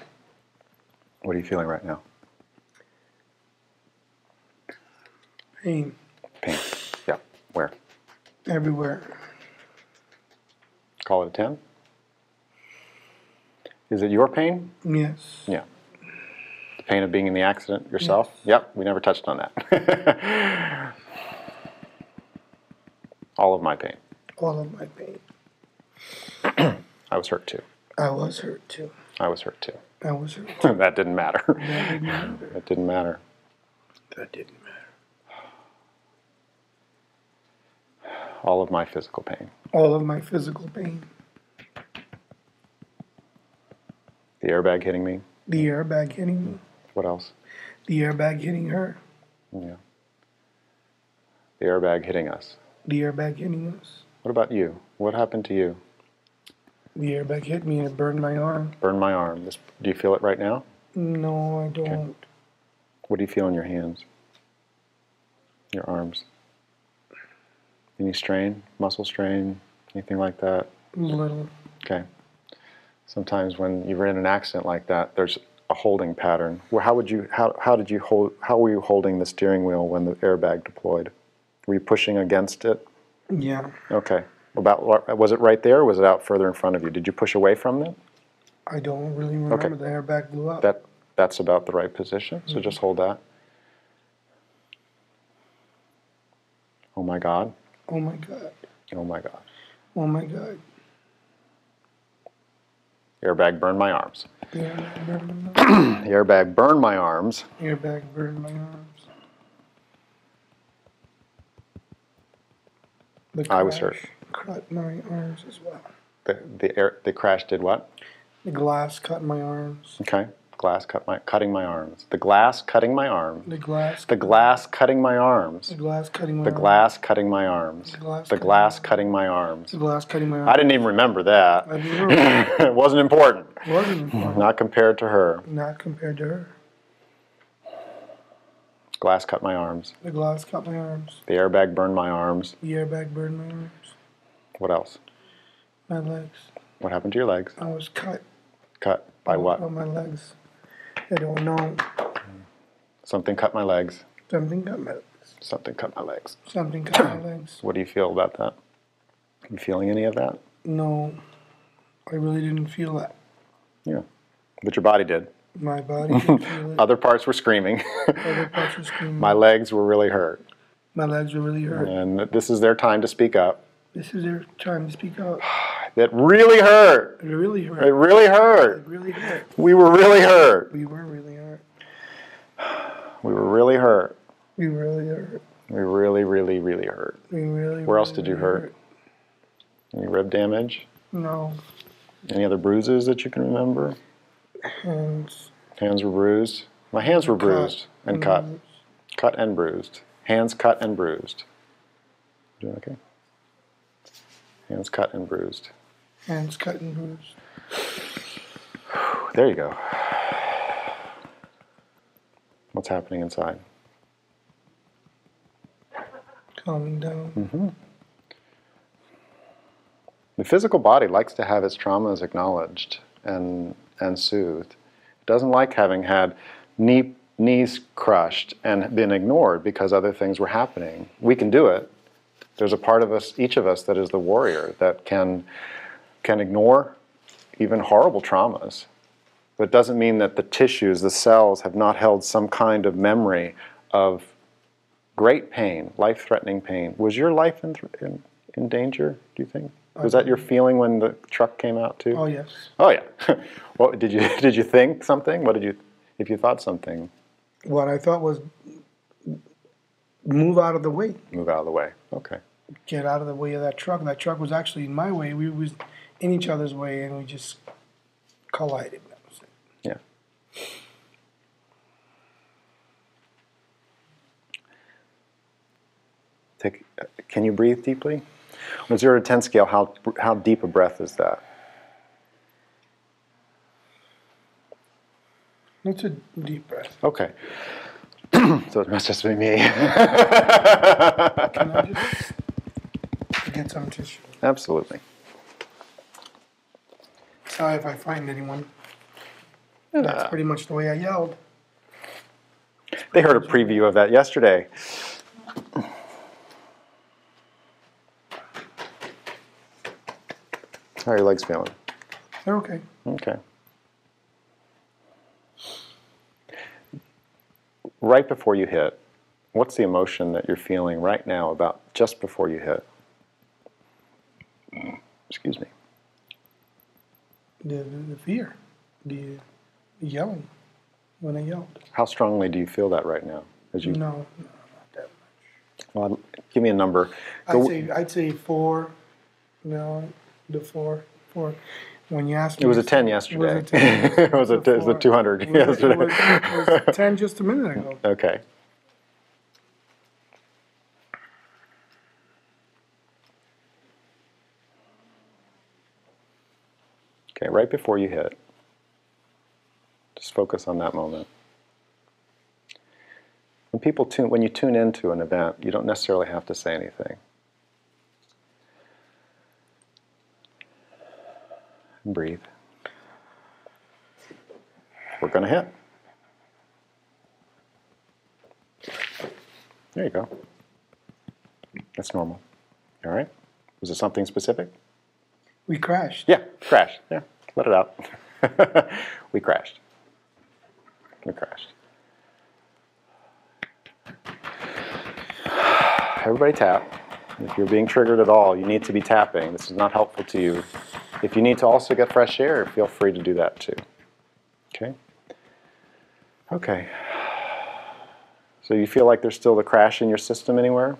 S2: What are you feeling right now?
S3: Pain
S2: Pain. Yeah. Where?
S3: everywhere.
S2: Call it a 10? Is it your pain?
S3: Yes.
S2: Yeah. The pain of being in the accident yourself? Yep, we never touched on that. *laughs* All of my pain.
S3: All of my pain.
S2: I was hurt too.
S3: I was hurt too.
S2: I was hurt too. *laughs*
S3: I was hurt.
S2: that didn't matter. that didn't matter.
S3: *laughs* That didn't matter.
S2: All of my physical pain.
S3: All of my physical pain.
S2: The airbag hitting me.
S3: The airbag hitting me.
S2: What else?
S3: The airbag hitting her.
S2: Yeah. The airbag hitting us.
S3: The airbag hitting us.
S2: What about you? What happened to you?
S3: The airbag hit me and it burned my arm.
S2: Burn my arm. This, do you feel it right now?
S3: No, I don't.
S2: What do you feel in your hands? Your arms? Any strain? Muscle strain? Anything like that?
S3: Little.
S2: Okay. Sometimes when you're in an accident like that, there's a holding pattern. Well, how would you? How, how did you hold? How were you holding the steering wheel when the airbag deployed? Were you pushing against it?
S3: Yeah.
S2: Okay. About what- was it right there? Or was it out further in front of you? Did you push away from it?
S3: I don't really remember. The airbag blew up.
S2: That that's about the right position. So just hold that. Oh my God.
S3: Oh my God.
S2: Oh my God.
S3: Oh my God.
S2: Airbag burned my arms.
S3: Airbag burned my arms.
S2: The airbag burned my arms.
S3: Airbag burned my arms. The
S2: I was
S3: crash
S2: hurt.
S3: Cut my arms as well.
S2: The, the, air, the crash did what?
S3: The glass cut my arms.
S2: Okay. Glass cut my, cutting my arms. The glass cutting my arm.
S3: The glass.
S2: The glass cutting my arms.
S3: The glass cutting my
S2: The
S3: arms.
S2: glass cutting my arms.
S3: The
S2: The
S3: glass cutting-
S2: glass cutting my arms.
S3: The glass cutting my
S2: I
S3: arms.
S2: didn't even remember that.
S3: I didn't remember.
S2: *laughs* it wasn't important. *laughs*
S3: wasn't important.
S2: Not compared to her.
S3: Not compared to her.
S2: Glass cut my arms.
S3: The glass cut my arms.
S2: The airbag burned my arms.
S3: The airbag burned my arms.
S2: What else?
S3: My legs.
S2: What happened to your legs?
S3: I was cut
S2: Cut by
S3: on
S2: what?
S3: my legs. I don't know.
S2: Something cut my legs.
S3: Something cut my legs.
S2: Something cut my legs.
S3: Something cut
S2: *clears throat*
S3: my legs.
S2: What do you feel about that? You feeling any of that?
S3: No, I really didn't feel that.
S2: Yeah. But your body did.
S3: My
S2: *laughs*
S3: body didn't feel it.
S2: Other parts were screaming. *laughs*
S3: Other parts were screaming.
S2: Uh, my
S3: My,
S2: legs were really hurt.
S3: legs were really hurt.
S2: And this is their time to speak up.
S3: This is their time to speak out.
S2: It really hurt.
S3: It really hurt.
S2: It really
S3: It
S2: hurt.
S3: really hurt.
S2: We were really hurt.
S3: We were really hurt.
S2: We were really hurt.
S3: We really hurt.
S2: We really, really, really hurt.
S3: We really.
S2: Where else
S3: really
S2: did you hurt? Any rib damage?
S3: No
S2: Any other bruises that you can remember?
S3: hands.
S2: Hands were bruised. My hands were bruised and cut. Cut and bruised. Hands cut and bruised. Doing okay? Hands cut and bruised.
S3: Hands cut and bruised.
S2: There you go. What's happening inside?
S3: Calming down.
S2: Mm-hmm. The physical body likes to have its traumas acknowledged and, and soothed. It doesn't like having had knee, knees crushed and been ignored because other things were happening. We can do it. There's a part of us, each of us, that is the warrior that can, can ignore even horrible traumas. But it doesn't mean that the tissues, the cells, have not held some kind of memory of great pain, life threatening pain. Was your life in, in, in danger, do you think? Was that your feeling when the truck came out, too?
S3: Oh yes.
S2: Oh, yeah. *laughs* what, did, you, *laughs* did you think something? What did you, if you thought something,
S3: What I thought was move out of the way.
S2: move out of the way. Okay.
S3: get out of the way of that truck. That truck was actually in my way. We was in each other's way, and we just collided. That was it.
S2: Yeah. Take, can you breathe deeply? On a zero to 10 scale, how, how deep a breath is that?
S3: That's a deep breath.
S2: *clears throat* Okay. so it must just be me. *laughs*
S3: Can I just get some tissue?
S2: Absolutely.
S3: Sorry if I find anyone. That's pretty much the way I yelled.
S2: They heard a preview of that yesterday. How are your legs feeling?
S3: They're okay.
S2: Okay. Right before you hit, what's the emotion that you're feeling right now about just before you hit? Excuse me.
S3: The, the, the fear, the yelling when I yelled.
S2: How strongly do you feel that right now? As you,
S3: No, no, not that.
S2: well, give me a number.
S3: I'd say I'd say four. No, the four, four. When you asked me,
S2: It was a 10
S3: It
S2: yesterday.
S3: was a 10.
S2: *laughs* It was a, t- it was a
S3: Before-
S2: 200
S3: it was-
S2: *laughs* yesterday.
S3: It was, it was 10 just a minute ago.
S2: Okay. Okay, right before you hit, just focus on that moment. When people tune, when you tune into an event, you don't necessarily have to say anything. And breathe. We're going to hit. There you go. That's normal. All right. Was it something specific?
S3: We crashed.
S2: Yeah, crash. Yeah, let it out. *laughs* we crashed. We crashed. Everybody tap. If you're being triggered at all, you need to be tapping. This is not helpful to you. If you need to also get fresh air, feel free to do that too. Okay? Okay. So you feel like there's still the crash in your system anywhere?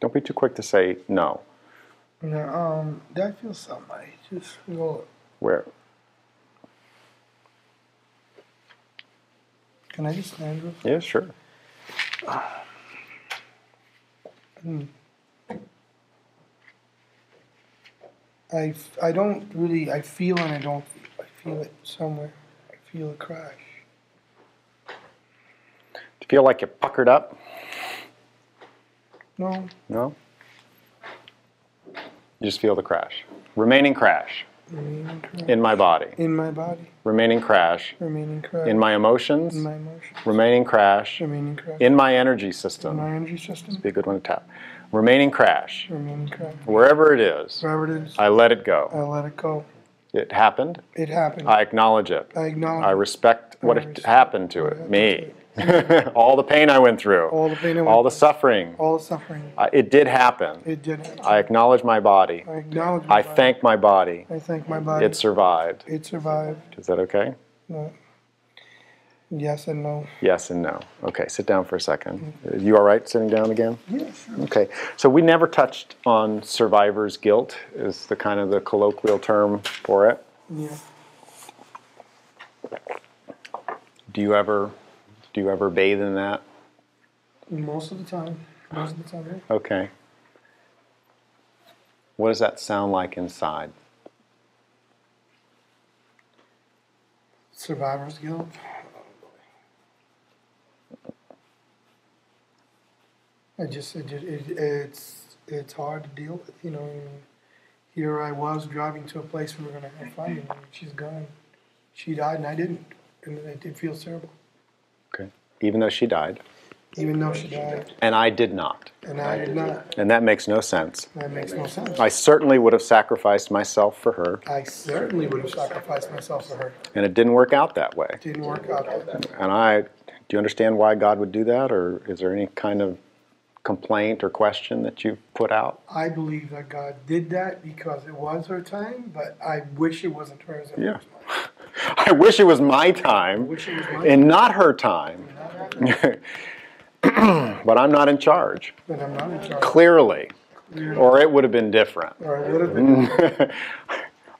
S2: Don't be too quick to say no.
S3: No, um, I feel somebody. Just roll
S2: Where?
S3: it. Can I just land with
S2: Yeah, sure.
S3: I, f- I don't really, I feel and I don't feel. I feel it somewhere. I feel a crash.
S2: Do you feel like you're puckered up?
S3: No,
S2: No? You just feel the crash. Remaining crash
S3: remaining crash.
S2: in my body,
S3: In my body,
S2: remaining crash
S3: remaining crash.
S2: in my emotions,
S3: in my emotions,
S2: remaining crash
S3: remaining crash.
S2: in my energy
S3: In
S2: system.
S3: my energy system,
S2: Be a good one to tap. Remaining crash,
S3: remaining crash.
S2: wherever it is,
S3: Wherever it is,
S2: I let it
S3: I
S2: go.
S3: let it go.
S2: It happened.
S3: It happened.
S2: I acknowledge it.
S3: I
S2: I
S3: acknowledge
S2: respect what
S3: I
S2: it
S3: respect
S2: happened to it, me. *laughs* all the pain I went through,
S3: all the pain, I
S2: all the
S3: went
S2: suffering.
S3: through, all the suffering.
S2: I- It did happen.
S3: It did happen.
S2: I acknowledge my body.
S3: I acknowledge. my
S2: I
S3: body.
S2: thank my body.
S3: I thank my body.
S2: It survived.
S3: it survived.
S2: Is that okay?
S3: No. Yes and no.
S2: Yes and no. Okay, sit down for a second. You all right sitting down again?
S3: Yeah, sure.
S2: Okay, so we never touched on survivor's guilt, is the kind of the colloquial term for it.
S3: Yeah.
S2: Do you ever, do you ever bathe in that?
S3: Most of the time. Most of the time. yeah.
S2: Okay. What does that sound like inside?
S3: Survivor's guilt. I just, it, ju- it, it's, it's hard to deal with, you know. what I mean? Here I was driving to a place we were gonna have fun, and she's gone. She died, and I didn't, and it, it feels terrible.
S2: Okay. Even though she died,
S3: Even though she died,
S2: and I did not.
S3: and I did not.
S2: And that makes no sense.
S3: That makes no sense.
S2: I certainly would have sacrificed myself for her,
S3: I certainly would have sacrificed myself for her.
S2: and it didn't work out that way.
S3: Didn't work out. that way.
S2: And I, do you understand why God would do that, or is there any kind of complaint or question that you put out?
S3: I believe that God did that because it was her time, but I wish it wasn't hers. It
S2: Yeah.
S3: was mine.
S2: *laughs* I wish it was my time
S3: Wish it was mine,
S2: and not her time, *clears throat* but I'm not in charge,
S3: but I'm not in charge.
S2: clearly, or it would have been different.
S3: Or I would have
S2: Mm.
S3: been.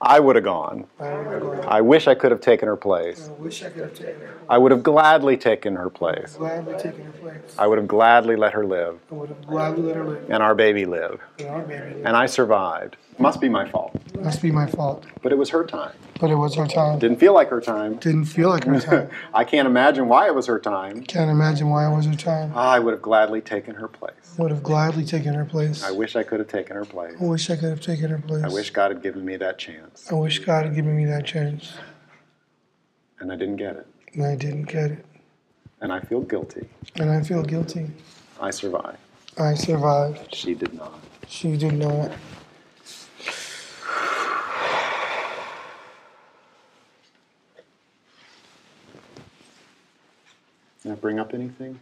S2: I would have gone.
S3: I would have gone.
S2: I wish I could have taken her place.
S3: I wish I could have taken her.
S2: I would have gladly taken her place.
S3: Gladly taken her place.
S2: I would have gladly let her live
S3: I would have gladly let her live.
S2: and our baby live.
S3: You know, maybe
S2: And I survived. Must be my fault.
S3: it must be my fault,
S2: But it was her time.
S3: but it was her time.
S2: Didn't feel like her time.
S3: Didn't feel like
S2: *laughs*
S3: her time.
S2: I can't imagine why it was her time.
S3: Can't imagine why it was her time.
S2: I would have gladly taken her place.
S3: Would have gladly taken her place.
S2: I
S3: I
S2: wish I could have taken her place.
S3: wish I could have taken her place.
S2: I wish God had given me that chance.
S3: I wish God had given me that chance,
S2: And I didn't get it.
S3: and I didn't get it.
S2: And I feel guilty.
S3: And I feel guilty.
S2: I survived.
S3: I survived.
S2: She did not.
S3: She did not.
S2: Did that bring up anything?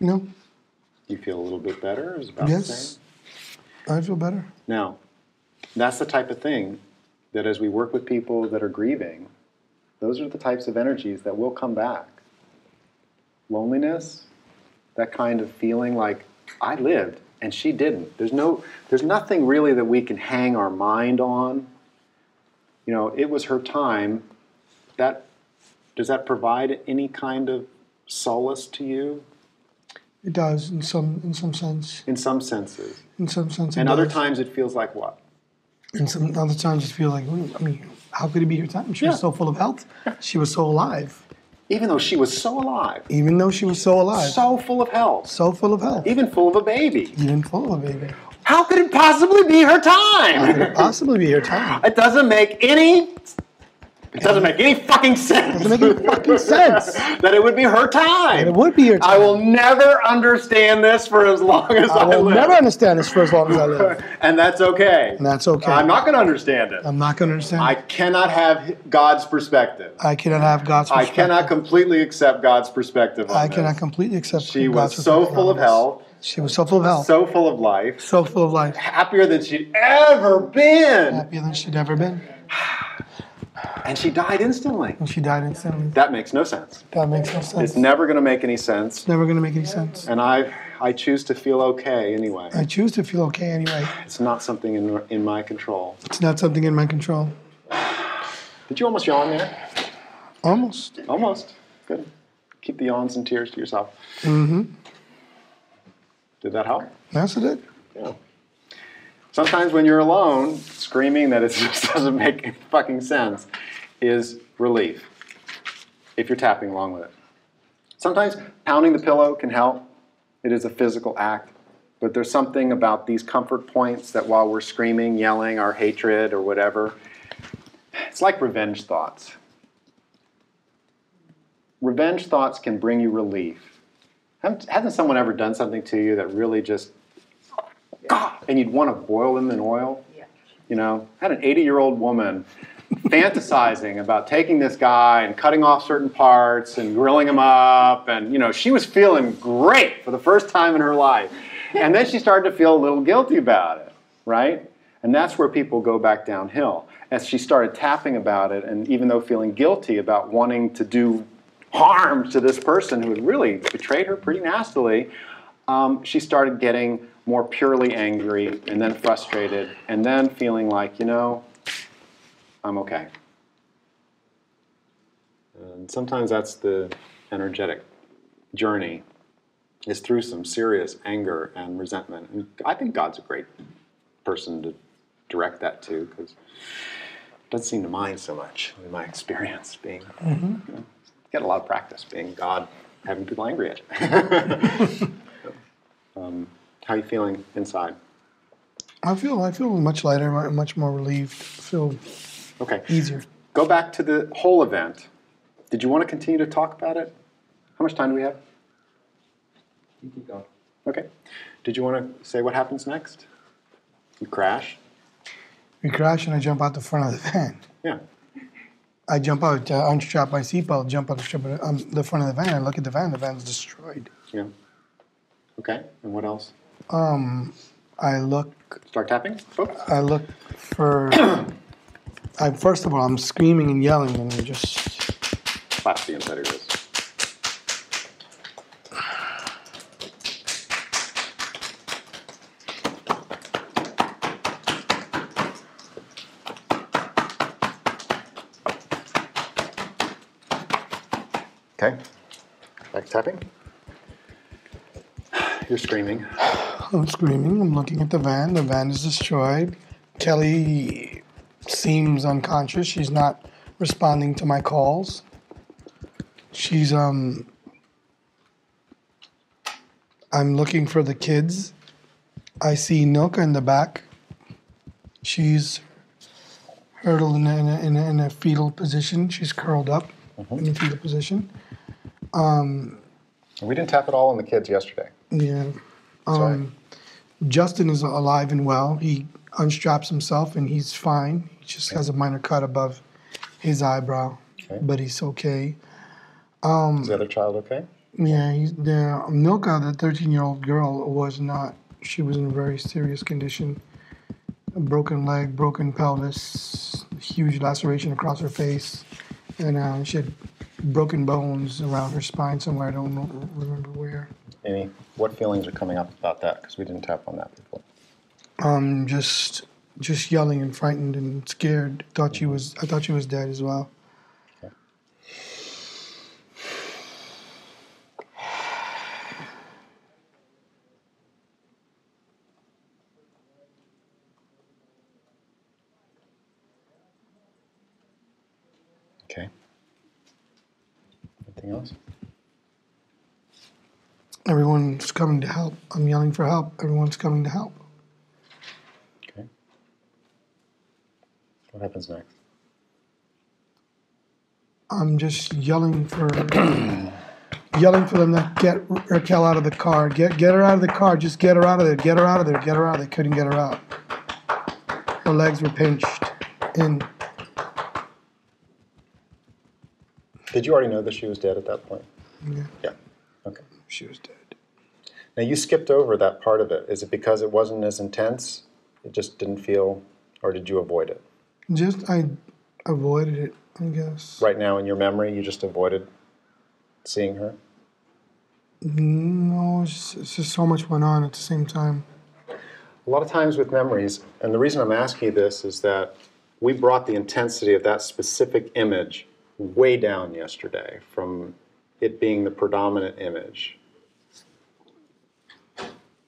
S3: No.
S2: You feel a little bit better? Is about the same?
S3: Yes. I feel better.
S2: Now, that's the type of thing that as we work with people that are grieving, those are the types of energies that will come back. Loneliness, that kind of feeling like I lived and she didn't. There's no there's nothing really that we can hang our mind on. You know, it was her time. That does that provide any kind of solace to you
S3: It does in some in some sense.
S2: in some senses?
S3: In some sense. it
S2: And other
S3: does.
S2: times it feels like what?
S3: And some other times, just feel like, "Ooh, I mean, how could it be her time? She
S2: Yeah.
S3: was so full of health. She was so alive,
S2: Even though she was so alive,
S3: even though she was so alive,
S2: so
S3: so,
S2: full of health,
S3: full of health,
S2: even full of a baby.
S3: even full of baby.
S2: How could *laughs* it possibly be her time?
S3: Possibly be her time.
S2: It doesn't make any It doesn't make any fucking sense.
S3: Doesn't make any
S2: *laughs*
S3: fucking sense.
S2: that it would be her time.
S3: And it would be your
S2: I will never understand this for as long as I,
S3: I will
S2: live.
S3: never understand this for as long as I live.
S2: and that's okay.
S3: And that's okay.
S2: I'm not going to understand it.
S3: I'm not going to understand.
S2: I
S3: I,
S2: cannot have God's perspective.
S3: cannot have
S2: I
S3: God's perspective.
S2: cannot completely accept God's perspective on
S3: I
S2: this.
S3: cannot completely accept
S2: She
S3: God's
S2: was so
S3: perspective
S2: full
S3: on
S2: of
S3: this.
S2: health,
S3: She was so full of health. So,
S2: so full of life,
S3: full of life.
S2: happier than she'd ever been,
S3: Happier than she'd ever been.
S2: and she died instantly.
S3: And she died instantly.
S2: That makes no sense.
S3: That makes no sense.
S2: It's never going to make any sense.
S3: It's never going to make any sense.
S2: And I, I choose to feel okay anyway.
S3: I choose to feel okay anyway.
S2: It's not something in, in my control.
S3: It's not something in my control.
S2: Did you almost yawn there?
S3: Almost.
S2: Almost. Good. Keep the yawns and tears to yourself. Mm-hmm. Did that help?
S3: That's it.
S2: Yeah. Sometimes when you're alone, screaming that it *laughs* just doesn't make any fucking sense is relief. If you're tapping along with it. Sometimes pounding the pillow can help. It is a physical act. But there's something about these comfort points that while we're screaming, yelling, our hatred or whatever, it's like revenge thoughts. Revenge thoughts can bring you relief. Haven't- Hasn't someone ever done something to you that really just *laughs* and you'd want to boil them in oil. You know, I had an 80 year old woman fantasizing about taking this guy and cutting off certain parts and grilling him up. And, you know, she was feeling great for the first time in her life. And then she started to feel a little guilty about it, right? And that's where people go back downhill. As she started tapping about it, and even though feeling guilty about wanting to do harm to this person who had really betrayed her pretty nastily, um, she started getting more purely angry and then frustrated and then feeling like, you know, I'm okay. And sometimes that's the energetic journey is through some serious anger and resentment. And I think God's a great person to direct that to because it doesn't seem to mind so much in my experience being you know, get a lot of practice being God having people angry at you. How you feeling inside?
S3: I feel I feel much lighter, mu- much more relieved. I feel
S2: Okay.
S3: easier.
S2: Go back to the whole event. Did you want to continue to talk about it? How much time do we have?
S4: You keep going.
S2: Okay. Did you want to say what happens next? You crash?
S3: We crash and I jump out the front of the van.
S2: Yeah.
S3: I jump out, uh, unstrap my seatbelt, jump out the, strip, um, the front of the van. I look at the van. The van's destroyed.
S2: Yeah. Okay. And what else?
S3: I look.
S2: Start tapping, folks.
S3: I look for. *coughs* I first of all, I'm screaming and yelling, and I just.
S2: Clap the inside of your wrist. Okay. Back to tapping. You're screaming.
S3: I'm screaming. I'm looking at the van. The van is destroyed. Kelly seems unconscious. She's not responding to my calls. She's um. I'm looking for the kids. I see Nilka in the back. She's hurdled in a, in a, in a, in a fetal position. She's curled up in a fetal position.
S2: We didn't tap at all on the kids yesterday.
S3: Yeah.
S2: Sorry.
S3: Um, Justin is alive and well. He unstraps himself and he's fine. He just has a minor cut above his eyebrow,
S2: Okay.
S3: but he's okay.
S2: Is the other child okay?
S3: Yeah, he's there. Milka, the 13 year old girl, was not, she was in a very serious condition. A broken leg, broken pelvis, huge laceration across her face, and uh, she had broken bones around her spine somewhere. I don't know, remember where.
S2: Any, what feelings are coming up about that? Because we didn't tap on that before.
S3: um, just just yelling and frightened and scared. Thought she was I thought she was dead as well.
S2: Okay. Anything else?
S3: Everyone's coming to help. I'm yelling for help. Everyone's coming to help.
S2: Okay. What happens next?
S3: I'm just yelling for *coughs* yelling for them to get Raquel out of the car. Get get her out of the car. Just get her out of there. Get her out of there. Get her out. They couldn't get her out. Her legs were pinched in.
S2: Did you already know that she was dead at that point?
S3: Yeah,
S2: Yeah. Okay.
S3: she was dead.
S2: Now you skipped over that part of it. Is it because it wasn't as intense? It just didn't feel, or did you avoid it?
S3: Just I avoided it. I guess.
S2: Right now in your memory, you just avoided seeing her.
S3: No, it's just, it's just so much went on at the same time.
S2: A lot of times with memories, and the reason I'm asking you this is that we brought the intensity of that specific image way down yesterday from it being the predominant image.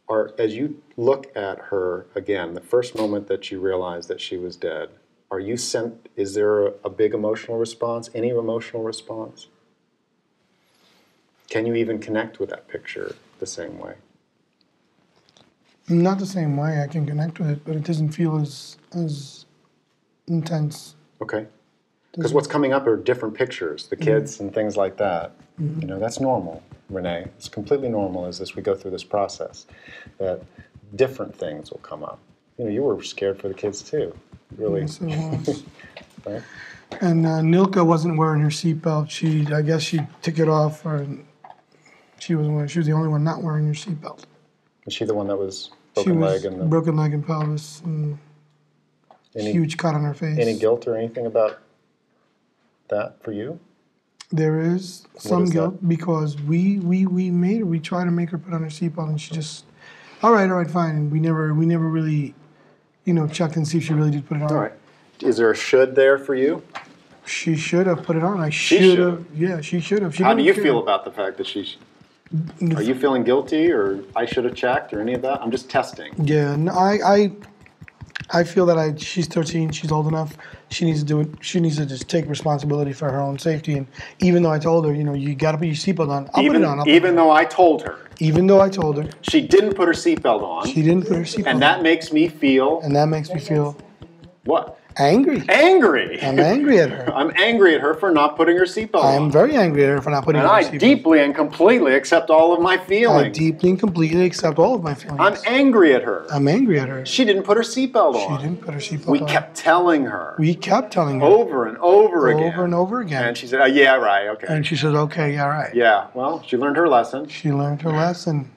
S2: Are, as you look at her again, the first moment that you realize that she was dead, are you sent? Is there a, a big emotional response? Any emotional response? Can you even connect with that picture the same way?
S3: Not the same way. I can connect with it, but it doesn't feel as as intense.
S2: Okay. Because what's coming up are different pictures,
S3: Mm-hmm.
S2: the kids and things like that. You know, that's normal, Renee. It's completely normal as this we go through this process that different things will come up. You know, you were scared for the kids too, really.
S3: Yes, it was.
S2: *laughs* Right?
S3: and uh, Nilka wasn't wearing her seatbelt. She, I guess, she took it off, or she was wearing, she was the only one not wearing her seatbelt.
S2: Is she the one that was
S3: She
S2: broken
S3: was
S2: leg and the,
S3: broken leg and pelvis, and
S2: any,
S3: huge cut on her face.
S2: any guilt or anything about that for you?
S3: There is some
S2: is that?
S3: guilt because we we we made her. We tried to make her put on her seatbelt, and she just, all right, all right, fine. And we never we never really, you know, checked and see if she really did put it on.
S2: Is there a should there for you?
S3: She should have put it on. I
S2: She
S3: should
S2: should've.
S3: have. Yeah, she should have. She
S2: How do
S3: didn't
S2: you
S3: care.
S2: feel about the fact that she? sh-
S3: Mm-hmm.
S2: Are you feeling guilty or I should have checked or any of that? I'm just testing.
S3: Yeah, no, I, I, I feel that I. She's thirteen. She's old enough. She needs to do it. She needs to just take responsibility for her own safety. And even though I told her, you know, you got to put your seatbelt on. I'll
S2: even
S3: put it on. I'll put
S2: even though I told her.
S3: it- even though I told her,
S2: She didn't put her seatbelt on,
S3: she didn't put her seatbelt.
S2: and
S3: on.
S2: that makes me feel
S3: and that makes me feel
S2: what?
S3: angry.
S2: Angry.
S3: I'm angry at her.
S2: I'm angry at her for not putting her seatbelt
S3: I am
S2: on.
S3: very angry at her for not putting
S2: And
S3: on her
S2: I
S3: seatbelt.
S2: deeply and completely accept all of my
S3: I
S2: feelings.
S3: deeply and completely accept all of my feelings.
S2: I'm angry at her.
S3: I'm angry at her. She
S2: She didn't put her seatbelt on.
S3: didn't put her seatbelt
S2: We
S3: on.
S2: kept telling her
S3: we kept telling her
S2: over and over again.
S3: over and over again.
S2: And she said, oh, "Yeah, right, okay."
S3: And she said, "Okay, all right."
S2: yeah. Well, she learned her lesson.
S3: She learned her lesson.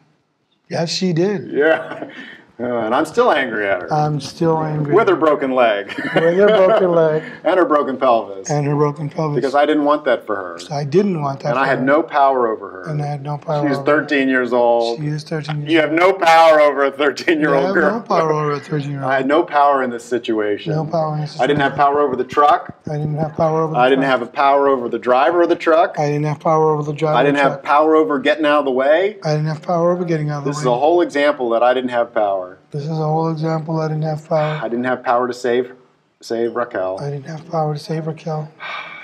S3: Yes, she did.
S2: Yeah. *laughs* Uh, and I'm still angry at her
S3: I'm still angry.
S2: with her broken leg
S3: *laughs* With her broken leg
S2: *laughs* and her broken pelvis
S3: and her broken pelvis.
S2: because I didn't want that for her.
S3: I didn't want that.
S2: And I
S3: for
S2: had
S3: her.
S2: no power over her.
S3: And I had no power.
S2: She's
S3: over her.
S2: 13 years old.
S3: She is 13 years
S2: You have no power over a 13 year
S3: old. I
S2: old
S3: have
S2: girl.
S3: no power over a 13
S2: *laughs*
S3: year
S2: I
S3: old.
S2: had no power in this situation.
S3: No power in this
S2: I didn't have power over the truck.
S3: I didn't have power over. The
S2: I didn't
S3: truck.
S2: have a power over the driver of the truck.
S3: I didn't have power over the driver.
S2: I didn't
S3: of the
S2: have
S3: truck.
S2: power over getting out of the way.
S3: I didn't have power over getting out of the
S2: This is
S3: way.
S2: a whole example that I didn't have power.
S3: this is a whole example. I didn't have
S2: I
S3: power.
S2: didn't have power to save save
S3: I
S2: Raquel.
S3: didn't have power to save Raquel,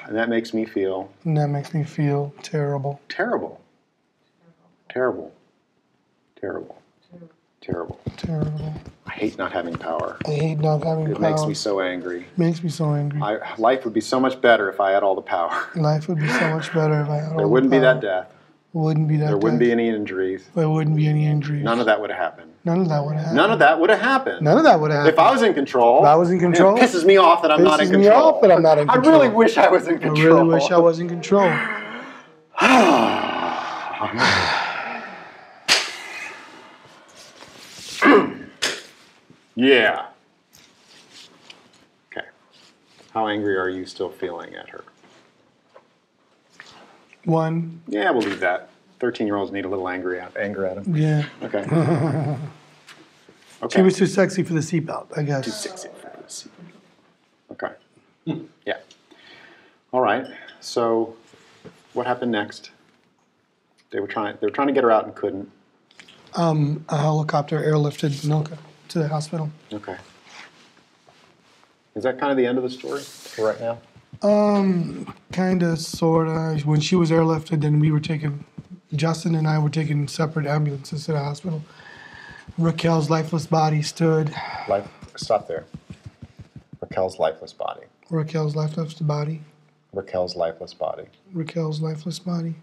S2: And that makes me feel
S3: and that makes me feel terrible.
S2: terrible. Terrible. Terrible. Terrible.
S3: Terrible.
S2: I hate not having power.
S3: I hate not having
S2: It
S3: power.
S2: makes me so angry.
S3: Makes me so angry.
S2: I, life would be so much better if I had all the power.
S3: *laughs* Life would be so much better if I had all
S2: There
S3: the
S2: wouldn't be
S3: power.
S2: that death.
S3: Wouldn't be that.
S2: There wouldn't be any injuries.
S3: There wouldn't be any injuries.
S2: None of that would have happened.
S3: None of that would happen.
S2: None of that would have happened.
S3: None of that would happen.
S2: If I was in control,
S3: If I was in control,
S2: it pisses me off that I'm not in
S3: pisses me
S2: control.
S3: off that I'm not in
S2: I really
S3: control.
S2: wish I was in
S3: I
S2: control.
S3: really
S2: *sighs*
S3: wish I was in control.
S2: Yeah. Okay. How angry are you still feeling at her?
S3: One,
S2: Yeah, we'll leave that. Thirteen-year-olds need a little angry at anger at them.
S3: yeah. *laughs*
S2: Okay. Okay.
S3: She was too sexy for the seatbelt, I guess.
S2: six in front of us. Okay. Yeah. All right. So, what happened next? They were trying. They were trying to get her out and couldn't.
S3: A helicopter airlifted Nilka to the hospital.
S2: Okay. Is that kind of the end of the story for right now?
S3: Kinda, sorta. When she was airlifted, then we were taken. Justin and I were taken in separate ambulances to the hospital. Raquel's lifeless body stood.
S2: Life. Stop there. Raquel's lifeless body.
S3: Raquel's lifeless body
S2: Raquel's lifeless body.
S3: Raquel's lifeless body.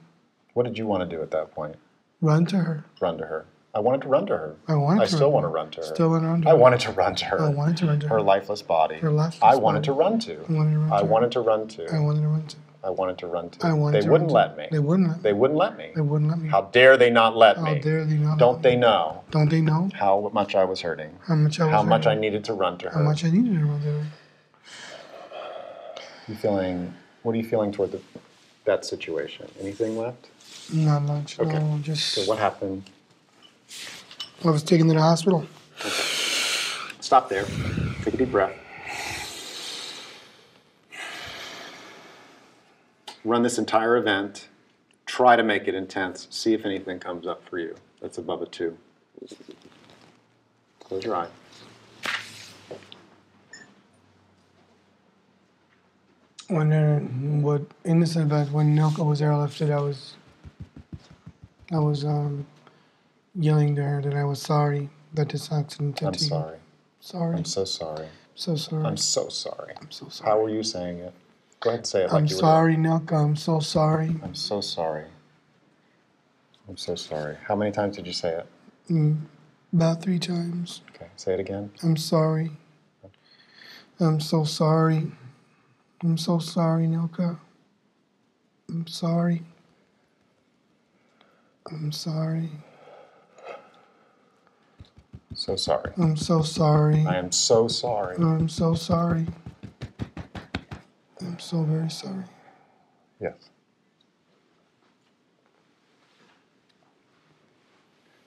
S2: What did you want to do at that point?
S3: Run to her.
S2: Run to her. I wanted to run to her.
S3: I wanted
S2: I
S3: to
S2: still
S3: run-
S2: want to run to her.
S3: Still wanna run to
S2: I
S3: her.
S2: wanted to run to her.
S3: I wanted to run to her.
S2: her lifeless body.
S3: Her lifeless
S2: I wanted
S3: body.
S2: to run to.
S3: I wanted to run
S2: I
S3: to her.
S2: wanted to run to.
S3: I wanted to run to.
S2: I wanted to run to.
S3: I wanted
S2: they
S3: to
S2: wouldn't
S3: run to-
S2: let me.
S3: They wouldn't let me.
S2: They wouldn't let me.
S3: They wouldn't let me.
S2: How dare they not let
S3: How
S2: me?
S3: dare they not?
S2: Don't
S3: let
S2: they
S3: me.
S2: know
S3: Don't they know
S2: how much I was hurting?
S3: how much I was
S2: How much I
S3: hurting?
S2: needed to run to her?
S3: How much I needed to run to her?
S2: You feeling? What are you feeling toward the, that situation? Anything left?
S3: Not much.
S2: Okay.
S3: No, just
S2: So what happened?
S3: I was taken to the hospital.
S2: Stop there. Take a deep breath. Run this entire event. Try to make it intense. See if anything comes up for you. That's above a two. Close your eye.
S3: When uh, what in this event when Nilka was airlifted, I was I was um, yelling to her that I was sorry that this accident did
S2: I'm
S3: to you.
S2: sorry.
S3: Sorry.
S2: I'm so sorry.
S3: so sorry.
S2: I'm so sorry.
S3: I'm so sorry.
S2: How were you saying it? Go ahead and say it like
S3: I'm
S2: you were.
S3: sorry, Nilka. I'm so sorry.
S2: I'm so sorry. I'm so sorry. How many times did you say it?
S3: About three times.
S2: Okay, say it again.
S3: I'm sorry. I'm so sorry. I'm so sorry, Nilka. I'm sorry. I'm sorry.
S2: So sorry.
S3: I'm so sorry.
S2: I am so sorry.
S3: I'm so sorry. I'm so very sorry.
S2: Yes.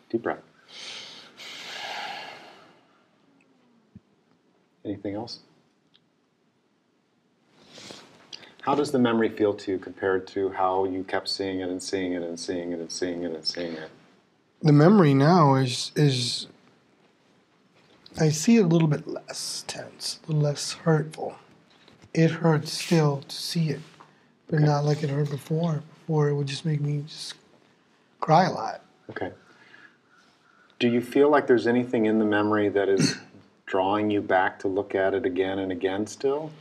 S2: Deep breath. Anything else? How does the memory feel to you compared to how you kept seeing it and seeing it and seeing it and seeing it and seeing it?
S3: The memory now is is I see it a little bit less tense, a little less hurtful. It hurts still to see it, but not like it hurt before. Before it would just make me just cry a lot.
S2: Okay. Do you feel like there's anything in the memory that is drawing you back to look at it again and again still?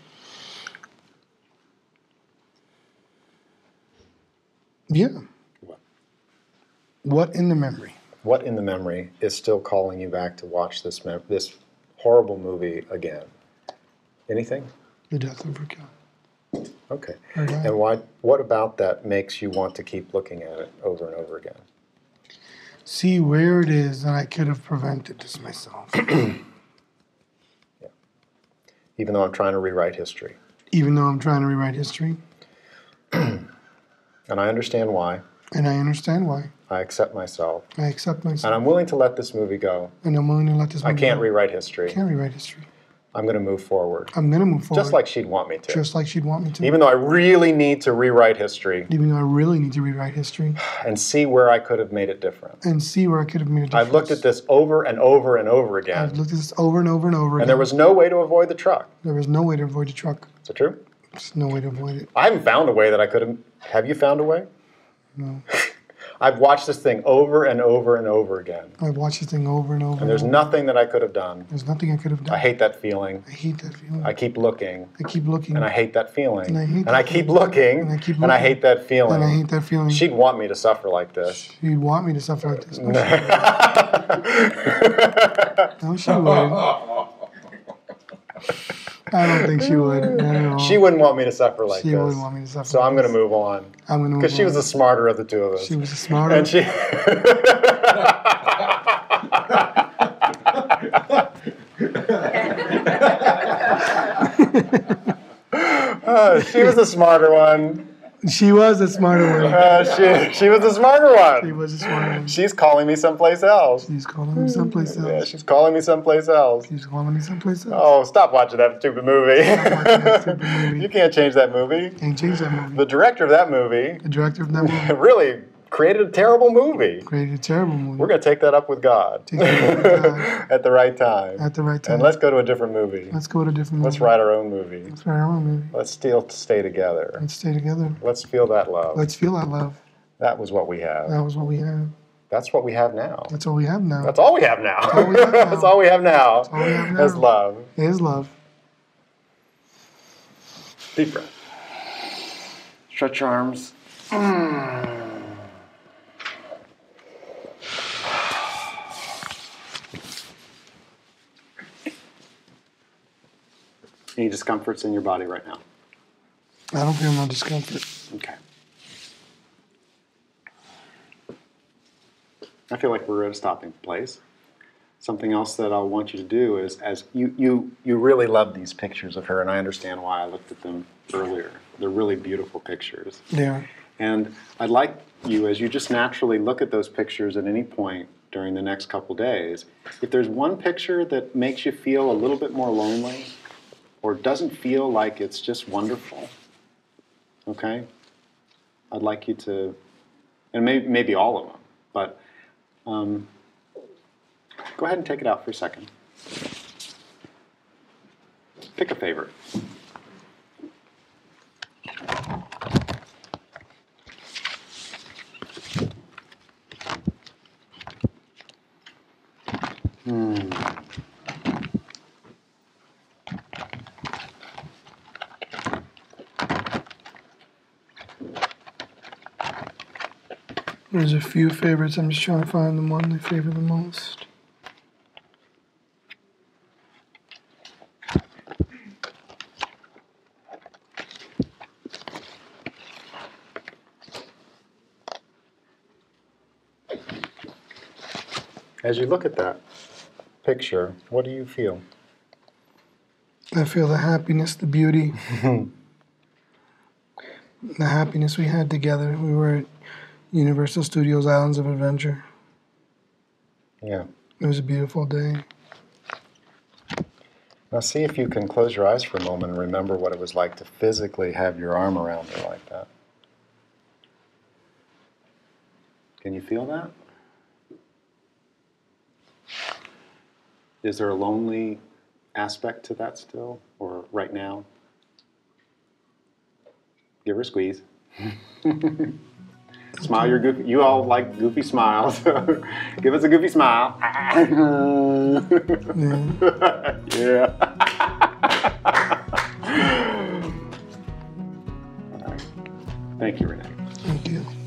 S3: Yeah.
S2: What?
S3: What in the memory?
S2: what in the memory is still calling you back to watch this mem- this horrible movie again? Anything?
S3: The death of Raquel.
S2: Okay.
S3: Or not.
S2: And why? What about that makes you want to keep looking at it over and over again?
S3: See where it is, and I could have prevented this myself. *clears throat*
S2: Even though I'm trying to rewrite history,
S3: Even though I'm trying to rewrite history,
S2: and I understand why.
S3: and I understand why.
S2: I accept myself,
S3: I accept
S2: and
S3: myself,
S2: I'm willing to let this movie go.
S3: and I'm willing to let this.
S2: I
S3: movie
S2: can't
S3: go.
S2: rewrite history.
S3: Mm-hmm. Can't rewrite history.
S2: I'm going to move forward,
S3: I'm gonna move forward.
S2: just like she'd want me to.
S3: just like she'd want me to.
S2: Even though I really need to rewrite history
S3: Even though I really need to rewrite history
S2: and see where I could have made it different.
S3: and see where I could have made a difference.
S2: I've looked at this over and over and over again.
S3: I've looked at this over and over and over.
S2: And there
S3: again.
S2: was no way to avoid the truck.
S3: there was no way to avoid the truck.
S2: Is it true?
S3: There's no way to avoid it.
S2: I haven't found a way that I could have. Have you found a way?
S3: No.
S2: *laughs* I've watched this thing over and over and over again.
S3: I've watched this thing over and over.
S2: And there's
S3: over.
S2: nothing that I could have done.
S3: There's nothing I could have done.
S2: I hate that feeling.
S3: I hate that feeling.
S2: I keep looking.
S3: I keep looking.
S2: And I hate that feeling.
S3: And I hate
S2: And
S3: that
S2: I keep
S3: feeling.
S2: looking.
S3: And I keep
S2: And I
S3: looking.
S2: hate that
S3: and I
S2: feeling.
S3: hate that feeling.
S2: She'd want me to suffer like this.
S3: She'd want me to suffer
S2: *laughs*
S3: like this. No, she- no,
S2: *laughs*
S3: she would. I don't think she would. Not at all.
S2: She wouldn't want me to suffer like
S3: She
S2: this.
S3: wouldn't want me to suffer
S2: So
S3: like
S2: I'm going to
S3: this.
S2: move on.
S3: I'm gonna.
S2: Because she was the smarter of the two of us.
S3: She was a smarter.
S2: And she. Uh, she was the smarter one.
S3: she was a smarter one.
S2: Uh, she, she was the smarter
S3: She
S2: one.
S3: was a smarter one.
S2: She's calling me someplace else.
S3: He's calling me someplace
S2: Yeah,
S3: else.
S2: she's calling me someplace else.
S3: He's calling
S2: *laughs*
S3: me someplace else.
S2: Oh, stop watching that stupid
S3: watching that stupid
S2: movie. *laughs*
S3: movie.
S2: you can't change that movie.
S3: Can't change that movie.
S2: The director of that movie
S3: The director of that movie
S2: really created a terrible movie.
S3: created a terrible movie.
S2: We're going to take that up with God
S3: Take it up with God
S2: *laughs* at the right time.
S3: at the right time.
S2: And let's go to a different movie.
S3: Let's go to a different
S2: Let's
S3: movie.
S2: write our own movie.
S3: Let's write our own movie.
S2: Let's still stay together.
S3: Let's stay together.
S2: Let's feel that love.
S3: Let's feel that love.
S2: That was what we have.
S3: That was what we have.
S2: That's what we have now.
S3: That's all we have now.
S2: That's all we have now.
S3: all we have now.
S2: *laughs* That's all we have now.
S3: all we have
S2: That's
S3: now.
S2: love.
S3: It is love.
S2: Deep breath. Stretch your arms. Hmm. Any discomforts in your body right now?
S3: I don't feel no discomfort.
S2: Okay. I feel like we're at a stopping place. Something else that I'll want you to do is, as you you you really love these pictures of her, and I understand why I looked at them earlier. They're really beautiful pictures,
S3: Yeah.
S2: and I'd like you, as you just naturally look at those pictures at any point during the next couple days, if there's one picture that makes you feel a little bit more lonely, or doesn't feel like it's just wonderful, okay? I'd like you to, and maybe, maybe all of them, but um, go ahead and take it out for a second. Pick a favorite.
S3: There's a few favorites. I'm just trying to find the one they favor the most.
S2: As you look at that picture, what do you feel?
S3: I feel the happiness, the
S2: *laughs*
S3: beauty, the happiness we had together. We were at Universal Studios Islands of Adventure.
S2: Yeah.
S3: It was a beautiful day.
S2: Now, see if you can close your eyes for a moment and remember what it was like to physically have your arm around her like that. Can you feel that? Is there a lonely aspect to that still, or right now? Give her a squeeze. *laughs* smile your goofy. You all like goofy smiles. *laughs* Give us a goofy smile. *laughs*
S3: Yeah.
S2: yeah. All right. Thank you, Renee.
S3: Thank you.